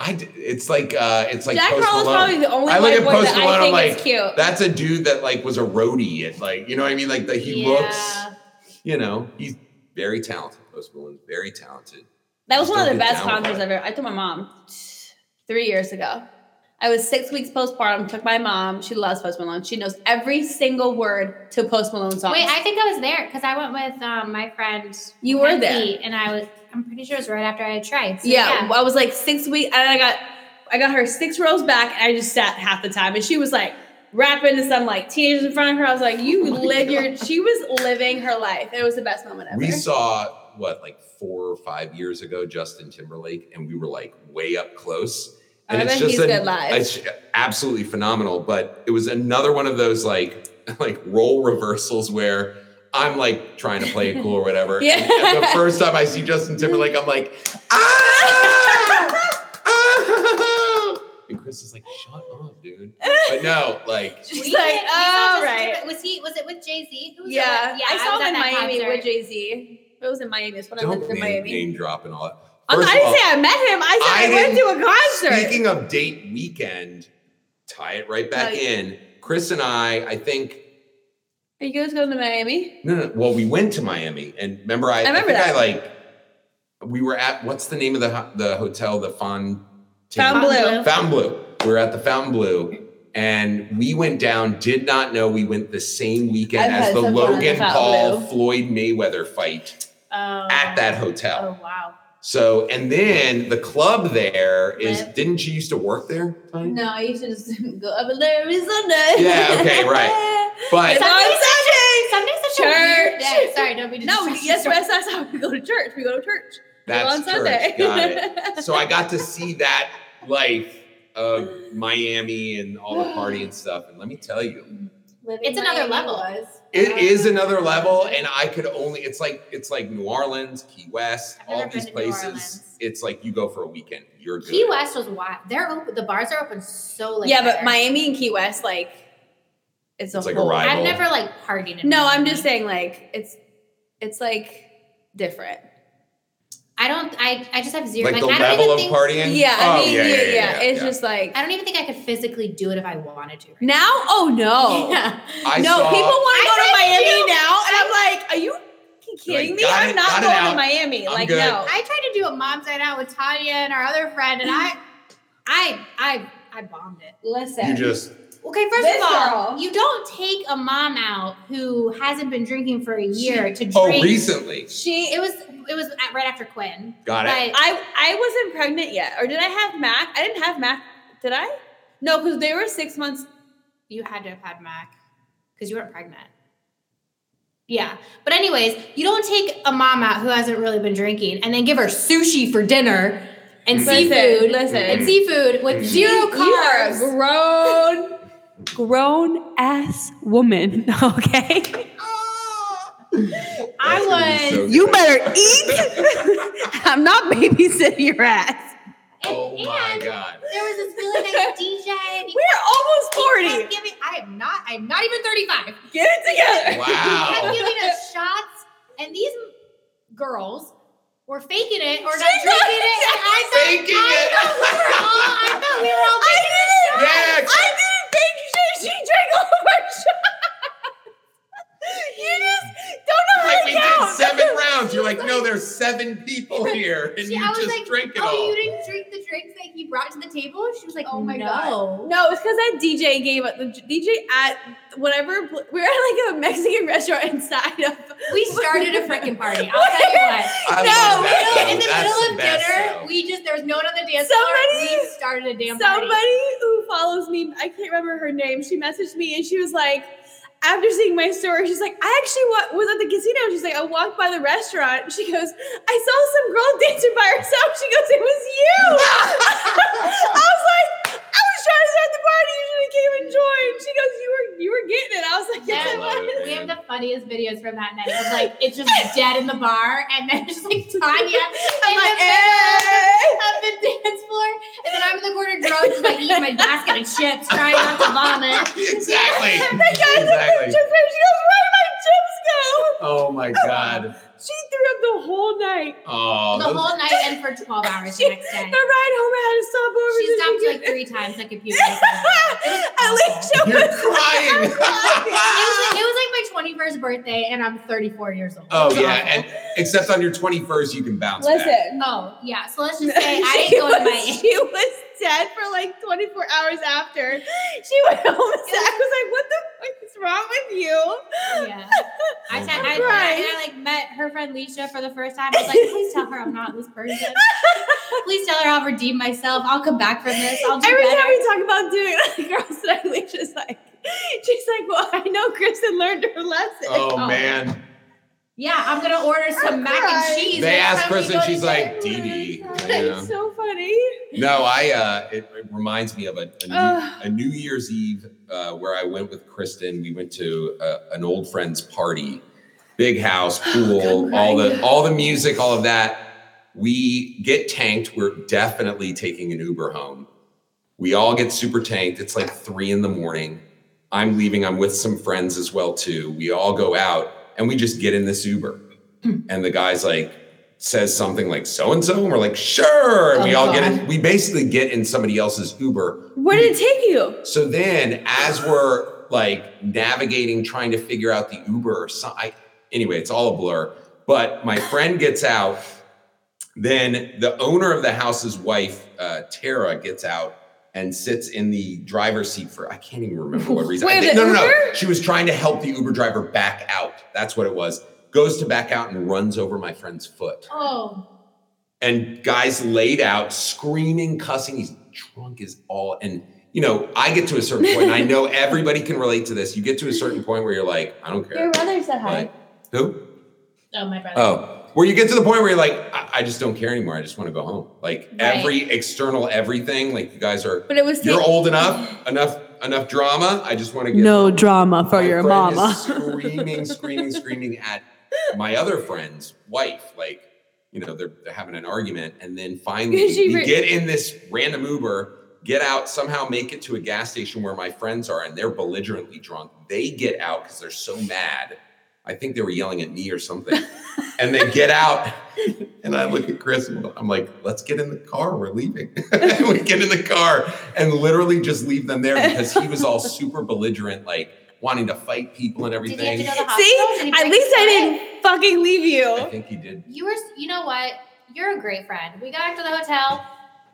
S1: I d- it's like uh it's like
S2: Jack
S1: Post
S2: Harlow's
S1: Malone.
S2: probably the only
S1: I look
S2: white
S1: at
S2: boy
S1: Post
S2: that
S1: Malone,
S2: I
S1: I'm
S2: think
S1: like,
S2: is cute.
S1: That's a dude that like was a roadie at like you know what I mean like that he
S3: Yeah.
S1: looks you know he's very talented. Post Malone's very talented.
S2: That was
S1: Just
S2: one of
S1: don't
S2: the
S1: get
S2: best
S1: down with
S2: concerts
S1: it.
S2: I've ever. I took my mom three years ago. I was six weeks postpartum. Took my mom. She loves Post Malone. She knows every single word to Post Malone songs.
S3: Wait, I think I was there because I went with um, my friend.
S2: you were there.
S3: Mackie, and I was. I'm pretty sure it was right after I had tried. So,
S2: yeah, I was like six weeks, and I got I got her six rows back, and I just sat half the time, and she was like rapping to some like teenagers in front of her. I was like, "You
S1: Oh my
S2: live your." She was living her life. It was the best moment ever.
S1: We saw what like four or five years ago Justin Timberlake and we were like way up close. And
S2: I
S1: it's
S2: bet
S1: just
S2: he's
S1: a-
S2: good live.
S1: It's *laughs* absolutely phenomenal, but it was another one of those like like role reversals where I'm like trying to play it cool or
S2: *laughs*
S1: whatever.
S2: Yeah.
S1: And- and the first time I see Justin Timberlake, I'm like,
S2: *laughs*
S1: ah! ah! And Chris is like, shut up, dude. But no, like,
S2: She's like,
S3: We did- we saw
S2: "Oh,
S3: Justin
S2: right."
S3: Timber- Was he? Was it with Jay Z?
S2: yeah. I saw
S3: was
S2: him
S3: at
S2: in
S3: that
S2: Miami
S3: concert.
S2: with Jay Z. It was in Miami. It's when I
S1: don't
S2: lived in
S1: name,
S2: Miami.
S1: name drop and all that.
S2: I'm-
S1: First
S2: I
S1: of
S2: didn't
S1: all,
S2: say I met him. I
S1: I
S2: said I, went to
S1: didn't-
S2: a concert.
S1: Speaking of date weekend, tie it right back
S2: Oh, yeah.
S1: in. Chris and I, I think,
S2: Are you guys going to Miami?
S1: no, no, well, we went to Miami, and remember, I, I
S2: remember
S1: think I
S2: that.
S1: like, we were at what's the name of the ho- the hotel, the Fon
S2: Fountain Blue.
S3: Blue.
S1: Fountain Blue. We were at the Fountain Blue, and we went down. Did not know we went the same weekend
S2: I've
S1: as
S2: had
S1: the
S2: some fun at the
S1: Logan
S2: Fountain
S1: Paul
S2: Blue.
S1: Floyd Mayweather fight
S3: Oh.
S1: at that hotel.
S3: Oh wow.
S1: So, and then the club there is.
S3: Liv.
S1: Didn't you used to work there? Tanya?
S2: No, I used to just *laughs* go up there every Sunday.
S1: Yeah, okay,
S2: *laughs*
S1: right.
S2: It's
S1: But
S2: on Sunday.
S3: Sunday's such a
S2: Church.
S3: weird day. Sorry, don't *laughs* be
S2: No,
S3: distracted.
S2: yes, that's that's how we go to church. We go to church. We go
S1: that's
S2: on
S1: church.
S2: Sunday.
S1: Got
S3: *laughs*
S1: it.
S2: *laughs*
S1: So I got to see that life of Miami and all the party
S3: *gasps*
S1: and stuff. And let me tell you,
S3: It's another level.
S1: it is another level. And I could only it's like it's like New Orleans, Key West,
S3: I've
S1: all
S3: never
S1: these
S3: been to New
S1: places.
S3: Orleans.
S1: It's like you go for a weekend, you're good.
S3: Key West was wild. They're open. The bars are open so late.
S2: yeah, but
S3: there.
S2: Miami and Key West, like, it's a
S1: It's like a
S2: whole.
S1: ride.
S3: I've never like partied. In
S2: no, I'm
S3: Miami.
S2: just saying, like, it's it's like different.
S3: I don't. I I just have zero.
S1: like, the
S3: I don't
S1: level
S3: even
S1: of
S3: think,
S1: partying.
S2: Yeah, I
S1: Oh,
S2: mean, yeah, yeah, it's
S1: yeah.
S2: just like
S3: I don't even think I could physically do it if I wanted to. right
S2: now. Oh
S3: *laughs*
S2: no,
S3: Yeah.
S1: I
S2: no,
S1: saw-
S2: people want to
S3: I
S2: go to
S3: said
S2: Miami
S3: you-
S2: now, and I'm like, are you kidding me?
S1: got
S2: I'm
S1: it-
S2: not
S1: got it
S2: going
S1: out.
S2: to Miami.
S1: I'm
S2: like,
S1: good.
S2: no,
S3: I tried to do a mom's night out with Tanya and our other friend, and
S2: *laughs*
S3: I, I, I, I bombed it.
S2: listen,
S1: you just
S3: Okay, first
S2: This
S3: of all,
S2: girl.
S3: you don't take a mom out who hasn't been drinking for a year to drink.
S1: oh recently
S2: she.
S3: It was it was at, right after Quinn.
S1: got it.
S3: But
S2: I I wasn't pregnant yet, or did I have Mac? I didn't have Mac. Did I? No, because they were six months.
S3: you had to have had Mac because you weren't pregnant. Yeah, but anyways, you don't take a mom out who hasn't really been drinking and then give her sushi for dinner and
S2: Listen,
S3: seafood.
S2: listen.
S3: and seafood
S1: Mm-hmm.
S3: with zero
S2: You- you are a
S3: carbs.
S2: grown, grown ass woman. *laughs* Okay,
S1: That's gonna be
S3: I
S1: so
S3: was.
S1: good.
S2: you better eat. *laughs* I'm not babysitting your ass.
S1: Oh my god.
S3: There was this really *laughs* nice DJ. and he
S2: We're almost
S3: kept
S2: forty.
S3: giving- I am not. I'm not even 35.
S2: Get it *laughs* together.
S3: He kept
S1: Wow.
S3: giving *laughs* us shots, and these girls were faking it or not
S2: She
S3: drinking
S2: got-
S3: *laughs* it. And I thought,
S1: Faking
S3: I
S1: it.
S3: thought we were all. I thought we were *laughs* all.
S2: I didn't.
S1: Yeah,
S2: I didn't think she, she drank all of our shots. *laughs* You just don't
S1: *laughs*
S2: know how
S1: like
S2: to
S1: we did
S2: count.
S3: *laughs*
S1: seven
S2: *laughs*
S1: rounds. You're like, no, there's seven people here, and
S3: She-
S1: you
S3: I was
S1: just
S3: like,
S1: drink it
S3: oh,
S1: all.
S3: you didn't drink the drinks that he brought to the table. She was like,
S2: Oh my
S3: no.
S2: God. No, it's because that DJ gave up. The DJ at whatever pl- we were at like a Mexican *laughs* restaurant inside of.
S3: We started a freaking party. I'll tell you what.
S1: *laughs* I
S2: No,
S1: love
S2: we
S1: that,
S2: don't-
S1: though.
S3: in the
S1: That's
S3: middle of
S1: best,
S3: dinner,
S1: though.
S3: we just there was no one on the dance
S2: Somebody-
S3: floor. We started a damn
S2: Somebody
S3: party.
S2: who follows me, I can't remember her name. She messaged me and she was like, after seeing my story, she's like, I actually wa- was at the casino. She's like, I walked by the restaurant. And she goes, I saw some girl dancing by herself. She goes, it was you. *laughs* I was like, I was trying to start the party. You should have came and joined. She goes, you were you were getting it. I was like, yes,
S3: Yeah.
S2: I
S1: I love
S2: was.
S1: it,
S3: We
S1: man.
S3: have the funniest videos from that night. It's like it's just dead in the bar, and then just like
S2: *laughs*
S3: Tanya
S2: I'm
S3: in
S2: like,
S3: the middle
S2: "Eh."
S3: of the dance floor, and then I'm in the corner drunk, just like eating my basket of chips, trying not to vomit.
S1: *laughs*
S3: *laughs*
S2: *laughs*
S1: exactly.
S2: That guy's
S1: Exactly.
S2: a picture of him. She goes, where did my chips go?
S1: Oh
S3: *laughs*
S1: my god.
S2: She threw up the whole night.
S1: Oh,
S3: The
S1: those-
S3: whole night and for 12 hours the
S2: She-
S3: next day.
S2: The ride home, I had to stop over.
S3: She
S2: so
S3: stopped
S2: could-
S3: like three times
S2: *laughs*
S3: at computer. It
S2: At least she
S1: you're
S3: *laughs*
S2: was.
S1: crying.
S3: was, like, it was like my 21st birthday, and I'm 34 years old.
S1: *laughs* oh
S3: It was
S1: yeah,
S3: awful.
S1: and except on your 21st, you can bounce back.
S2: *laughs* Listen.
S3: Oh, yeah. So
S2: *laughs*
S3: let's just say I didn't go to my.
S2: she was dead for like 24 hours after. She went home and said, I was like, what the fuck is wrong with you?
S3: *laughs* Yeah. I, said, I,
S2: Right.
S3: I, I like met her friend Leisha for the first time. I was like, please tell her I'm not this
S2: *laughs*
S3: person. Please tell her I'll redeem myself. I'll come back from this. I'll do
S2: Every
S3: better.
S2: time we talk about doing *laughs* it, like, girls that I leave, she's like, she's like, well, I know Kristen learned her lesson.
S1: Oh,
S3: *laughs*
S2: *laughs*
S3: Oh.
S1: man,
S3: yeah, I'm gonna order some mac
S2: crying.
S3: and cheese.
S1: they
S3: next
S1: asked
S3: time we
S1: Kristen.
S3: go
S1: She's
S3: to
S1: like,
S3: dinner.
S1: Dee Dee. you know.
S2: It's so funny.
S1: No, I. Uh, it, it reminds me of a, a, new,
S2: Ugh.
S1: a New Year's Eve uh, where I went with Kristen. We went to uh, an old friend's party, big house, pool,
S3: God,
S1: all the
S3: right.
S1: all the music, all of that. We get tanked. We're definitely taking an Uber home. We all get super tanked. It's like three in the morning. I'm leaving. I'm with some friends as well too. We all go out and we just get in this Uber.
S3: Hmm.
S1: And the guy's like says something like so and so, and we're like sure. And we
S3: Oh,
S1: all get in.
S3: God.
S1: We basically get in somebody else's Uber
S2: Where did it take you?
S1: so then, as we're like navigating, trying to figure out the Uber or something, anyway, it's all a blur. But my friend gets out. Then the owner of the house's wife, uh, Tara, gets out and sits in the driver's seat for I can't even remember what reason. I
S2: Wait,
S1: think-
S2: the
S1: no, no, no.
S2: Uber?
S1: She was trying to help the Uber driver back out. That's what it was. Goes to back out and runs over my friend's foot.
S3: Oh,
S1: And guys laid out, screaming, cussing. He's drunk as all. And, you know, I get to a certain point, and I know everybody can relate to this. You get to a certain point where you're like, I don't care.
S3: your brother said hi.
S1: Like, who?
S3: oh, my brother.
S1: Oh. Where you get to the point where you're like, I, I just don't care anymore. I just want to go home. Like
S3: Right.
S1: every external everything, like you guys are,
S2: But it was
S1: you're
S2: take-
S1: old enough, enough, enough drama. I just want to get
S4: No drama for
S1: my
S4: your
S1: friend
S4: mama.
S1: is
S4: *laughs*
S1: screaming, screaming, screaming at my other friend's wife. Like, you know, they're, they're having an argument. And then finally,
S2: Is she
S1: we
S2: re-
S1: get in this random Uber, get out, somehow make it to a gas station where my friends are, and they're belligerently drunk. They get out because they're so mad. I think they were yelling at me or something. and they get
S2: *laughs*
S1: out. And I look at Chris and I'm like, let's get in the car. We're leaving. *laughs* and we get in the car and literally just leave them there because he was all super belligerent, like wanting to fight people and
S3: Did you have to
S1: everything.
S3: go to the hospital? Did
S2: See,
S3: he
S2: at
S3: break
S2: least
S3: his
S2: I
S3: leg?
S2: didn't fucking leave
S1: I
S2: you.
S1: think he did.
S3: You were, you know what? You're a great friend. We got back to the hotel.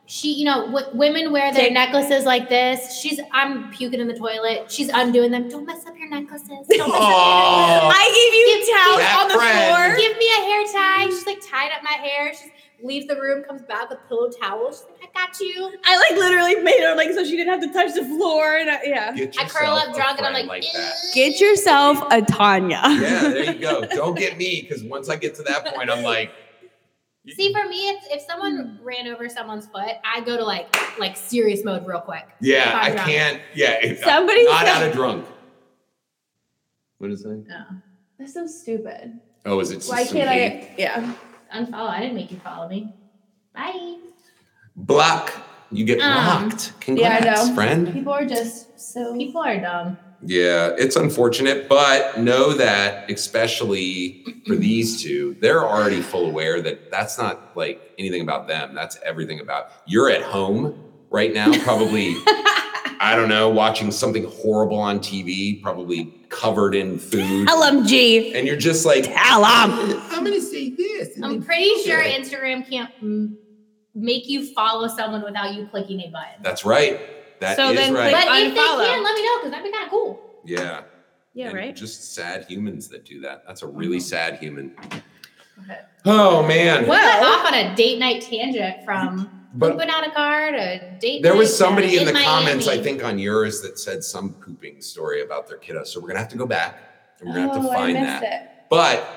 S3: She, you know, w- women wear their
S2: Take-
S3: necklaces like this. She's, I'm puking in the toilet. She's undoing them. Don't mess up your necklaces. Don't mess up your necklaces.
S1: Oh,
S2: I gave
S3: Give-
S2: you
S1: That
S2: towels on
S1: friend.
S2: the floor.
S3: Give me a hair tie. She's like tied up my hair. She's leaves the room, comes back with pillow towels. She's like, I got you.
S2: I like literally made her like so she didn't have to touch the floor. And I, yeah.
S1: get
S3: I curl
S1: yourself
S3: up
S1: a
S3: drunk and I'm like,
S1: friend that.
S3: "Ew."
S4: Get yourself a Tanya.
S1: Yeah, there you go. Don't get me because once I get to that point, I'm like,
S3: See, for me, if, if someone ran over someone's foot, I go to like like serious mode real quick.
S1: yeah,
S3: If I'm
S1: I
S3: drunk.
S1: can't. Yeah, it-
S2: *laughs* Somebody
S1: not
S2: said-
S1: out of drunk. What is that?
S2: That's so stupid.
S1: Oh, is it? just
S2: Why
S1: some
S2: can't
S1: hate?
S2: I? Yeah.
S3: Unfollow. I didn't make you follow me. Bye.
S1: Block. You get
S3: Um,
S1: blocked.
S2: yeah, I
S1: Congrats,
S2: know.
S1: friend.
S2: People are just so.
S3: People are dumb.
S1: Yeah, it's unfortunate, but know that especially
S2: *clears throat*
S1: for these two, they're already full aware that that's not like anything about them. That's everything about you're at home right now,
S2: *laughs*
S1: probably. I don't know, watching something horrible on TV, probably covered in food,
S2: LMG.
S1: and you're just like,
S4: Tell 'em.
S1: I'm gonna say this.
S2: Um,
S3: I'm pretty sure
S1: Yeah.
S3: Instagram can't m- make you follow someone without you clicking a button.
S1: That's right. That is
S2: So then
S1: right.
S2: Like,
S3: but if they
S2: unfollow.
S3: can, let me know because that'd be kind of cool.
S1: yeah.
S2: Yeah,
S1: and
S2: right.
S1: Just sad humans that do that. That's a really sad human.
S3: Okay.
S1: Oh man.
S3: We went
S2: Well-
S3: off on a date night tangent from
S1: *laughs* But
S3: pooping out a car to date.
S1: There
S3: night
S1: was
S3: to
S1: somebody in the
S3: Miami.
S1: comments, I think, on yours that said some pooping story about their kiddo. So we're gonna have to go back and we're gonna
S2: Oh,
S3: Oh,
S1: have to find that. But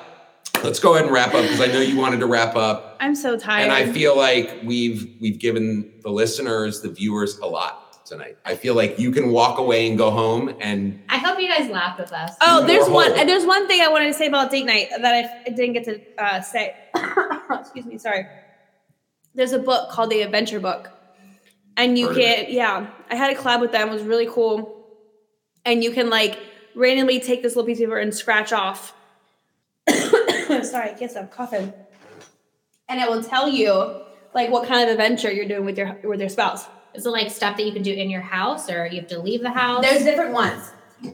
S1: let's go ahead and wrap up because I know you wanted to wrap up,
S2: *laughs* it. I'm so tired.
S1: and I feel like we've we've given the listeners, the viewers, a lot tonight. I feel like you can walk away and go home, and
S3: I hope you guys laughed with us.
S2: Oh, there's
S1: Or
S2: one.
S1: hold.
S2: There's one thing I wanted to say about date night that I, I didn't get to uh, say. Excuse me. Sorry. There's a book called The Adventure Book, and you
S1: Heard of
S2: can yeah. I had a collab with them. It was really cool, and you can like randomly take this little piece of paper and scratch off. *coughs* sorry, I can't stop coughing. And it will tell you like what kind of adventure you're doing with your with your spouse.
S3: Is it like stuff that you can do in your house or you have to leave the house?
S2: There's different ones.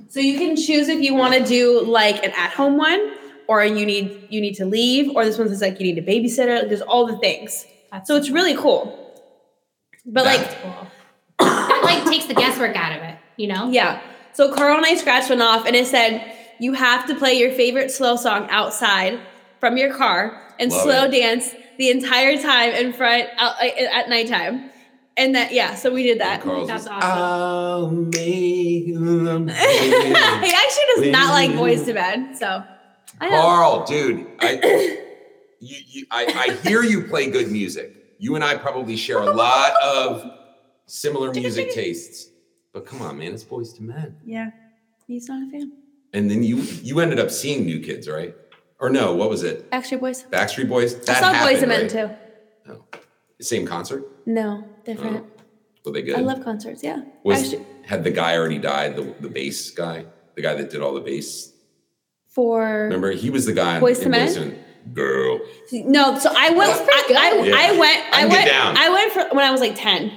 S2: So you can choose if you want to do like an at-home one, or you need you need to leave, or this one says like you need a babysitter. There's all the things.
S3: That's
S2: So it's really cool. But
S1: That's
S2: like,
S3: cool. that like takes the guesswork out of it, you know?
S2: yeah. So Carl and I scratched one off, and it said you have to play your favorite slow song outside from your car and
S1: Love
S2: slow
S1: it.
S2: dance the entire time in front out, at nighttime. And that yeah, so we did
S1: and
S2: that.
S1: Carl's
S3: That's
S1: just,
S3: awesome.
S1: I'll make them *laughs*
S2: *laughs* he actually does not like
S1: Win.
S2: boys to bed, so I know.
S1: Carl, dude, I, you, you, I, I hear you play good music. You and I probably share a lot of similar music
S2: *laughs*
S1: tastes. But come on, man, it's boys to men.
S2: Yeah. He's not a fan.
S1: And then you you ended up seeing new kids, right? or no, what was it?
S2: Actually, boys.
S1: Backstreet Boys.
S2: I
S1: That
S2: saw
S1: happened,
S2: Boys to Men
S1: right? Oh.
S2: too.
S1: Same concert. Oh.
S2: No, different.
S1: Were they good?
S2: I love concerts. Yeah.
S1: was
S2: Actually,
S1: had the guy already died? The the bass guy, the guy that did all the bass.
S2: for
S1: Remember, he was the guy. in-
S2: Boyz
S1: in
S2: II Men?
S1: Boyz II Men. Girl,
S2: no, so I went.
S3: That's pretty
S2: I, I,
S3: good.
S2: I
S1: Yeah.
S2: went.
S1: I
S2: I
S1: can get
S2: went.
S1: down.
S2: I went for, when I was like ten.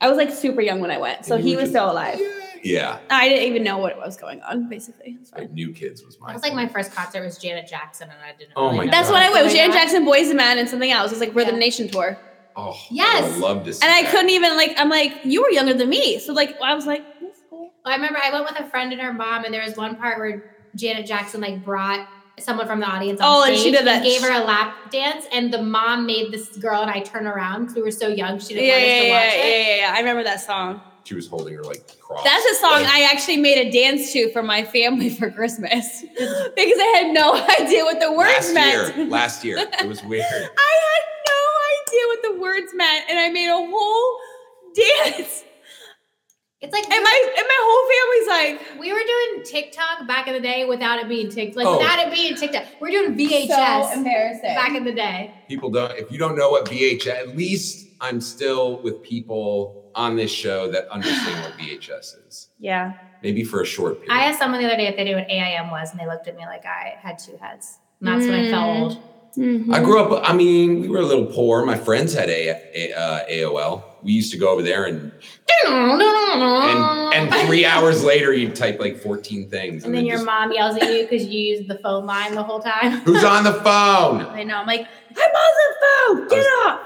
S2: I was like super young when I went, so
S1: And you
S2: he
S1: were
S2: was
S1: just-
S2: still alive.
S1: yeah.
S2: I didn't even know what was going on. Basically, it's fine.
S1: Like New Kids was my.
S3: That was like my first concert was Janet Jackson, and I didn't.
S1: Oh my
S3: really know
S2: That's
S1: God.
S2: what I went. It was
S3: going
S2: Janet
S3: on.
S2: Jackson, Boys and Men, and something else. It was like Rhythm
S3: Yeah.
S2: Nation tour,
S1: Oh, I
S3: Yes.
S1: would love to. See
S2: and I
S1: that.
S2: couldn't even like. I'm like, you were younger than me, so like, I was like, that's cool.
S3: I remember I went with a friend and her mom, and there was one part where Janet Jackson like brought someone from the audience. On
S2: Oh, and
S3: stage
S2: she did that.
S3: Gave her a lap dance, and the mom made this girl and I turn around because we were so young. She
S2: Yeah,
S3: didn't
S2: yeah,
S3: want us
S2: yeah,
S3: to watch
S2: yeah,
S3: it.
S2: yeah, yeah. I remember that song.
S1: She was holding her like cross.
S2: That's a song I actually made a dance to for my family for Christmas *laughs* because I had no *laughs* idea what the words
S1: last
S2: meant. *laughs*
S1: year. Last year, it was weird.
S2: I had no idea what the words meant, and I made a whole dance.
S3: It's like
S2: And my and my whole family's like,
S3: we were doing TikTok back in the day without it being TikTok, like
S1: Oh.
S3: without it being TikTok. We're doing
S2: so
S3: VHS
S2: embarrassing.
S3: back in the day.
S1: people don't if you don't know what VHS at least I'm still with people on this show that understand what VHS is.
S2: yeah,
S1: Maybe for a short period.
S3: I asked someone the other day if they knew what AIM was, and they looked at me like I had two heads. And that's when I felt
S2: Mm.
S3: old.
S1: I grew up I mean, we were a little poor. My friends had a, a uh, AOL. We used to go over there and and and
S2: Oh.
S1: 3 hours later you'd type like 14 things *laughs*
S3: And then your
S1: just,
S3: mom yells at you because you used the phone line the whole time. *laughs*
S1: Who's on the phone?
S2: I know. I'm like, I'm on the phone. Get off.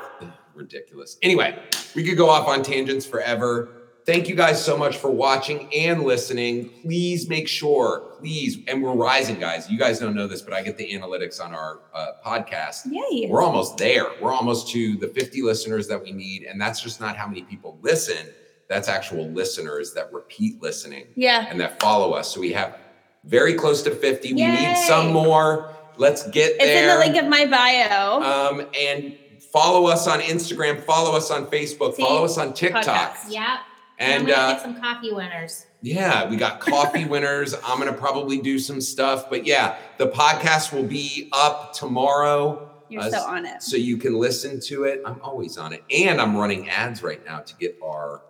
S1: Ridiculous. Anyway, we could go off on tangents forever. Thank you guys so much for watching and listening. Please make sure, please, and we're rising, guys. You guys don't know this, but I get the analytics on our uh, podcast.
S2: Yay.
S1: We're almost there. We're almost to the 50 listeners that we need. And that's just not how many people listen, that's actual listeners that repeat listening
S2: Yeah.
S1: and that follow us. So we have very close to 50. We
S2: Yay.
S1: need some more. Let's get
S2: It's
S1: there.
S2: in the link of my bio.
S1: Um, and follow us on Instagram, follow us on Facebook,
S2: See?
S1: follow us on TikTok.
S2: Podcast.
S3: yeah.
S1: And
S3: I'm gonna
S1: uh,
S3: pick some coffee winners.
S1: yeah, we got
S3: *laughs*
S1: coffee winners. I'm going to probably do some stuff. But yeah, the podcast will be up tomorrow
S2: You're
S1: uh,
S2: so on it.
S1: so you can listen to it. I'm always on it. And I'm running ads right now to get our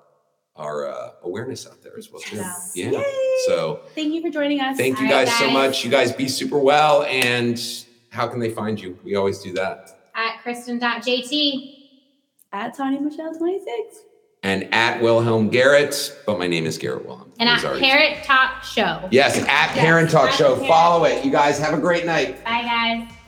S1: our uh, awareness out there as well. Too.
S3: Yes.
S1: Yeah.
S2: Yay.
S1: So
S2: Thank you for joining us.
S1: thank you
S3: All right,
S1: guys, so
S3: guys.
S1: much. You guys be super well. And how can they find you? We always do that.
S3: At Kristen.jt.
S2: At Tony Michelle 26.
S1: And at Wilhelm Garrett, but my name is Garrett Wilhelm.
S3: And
S1: He's
S3: at
S1: already-
S3: Parrot Talk Show.
S1: Yes, at Parent Talk
S3: at
S1: Show.
S3: Parent.
S1: Follow it. You guys have a great night.
S3: Bye, guys.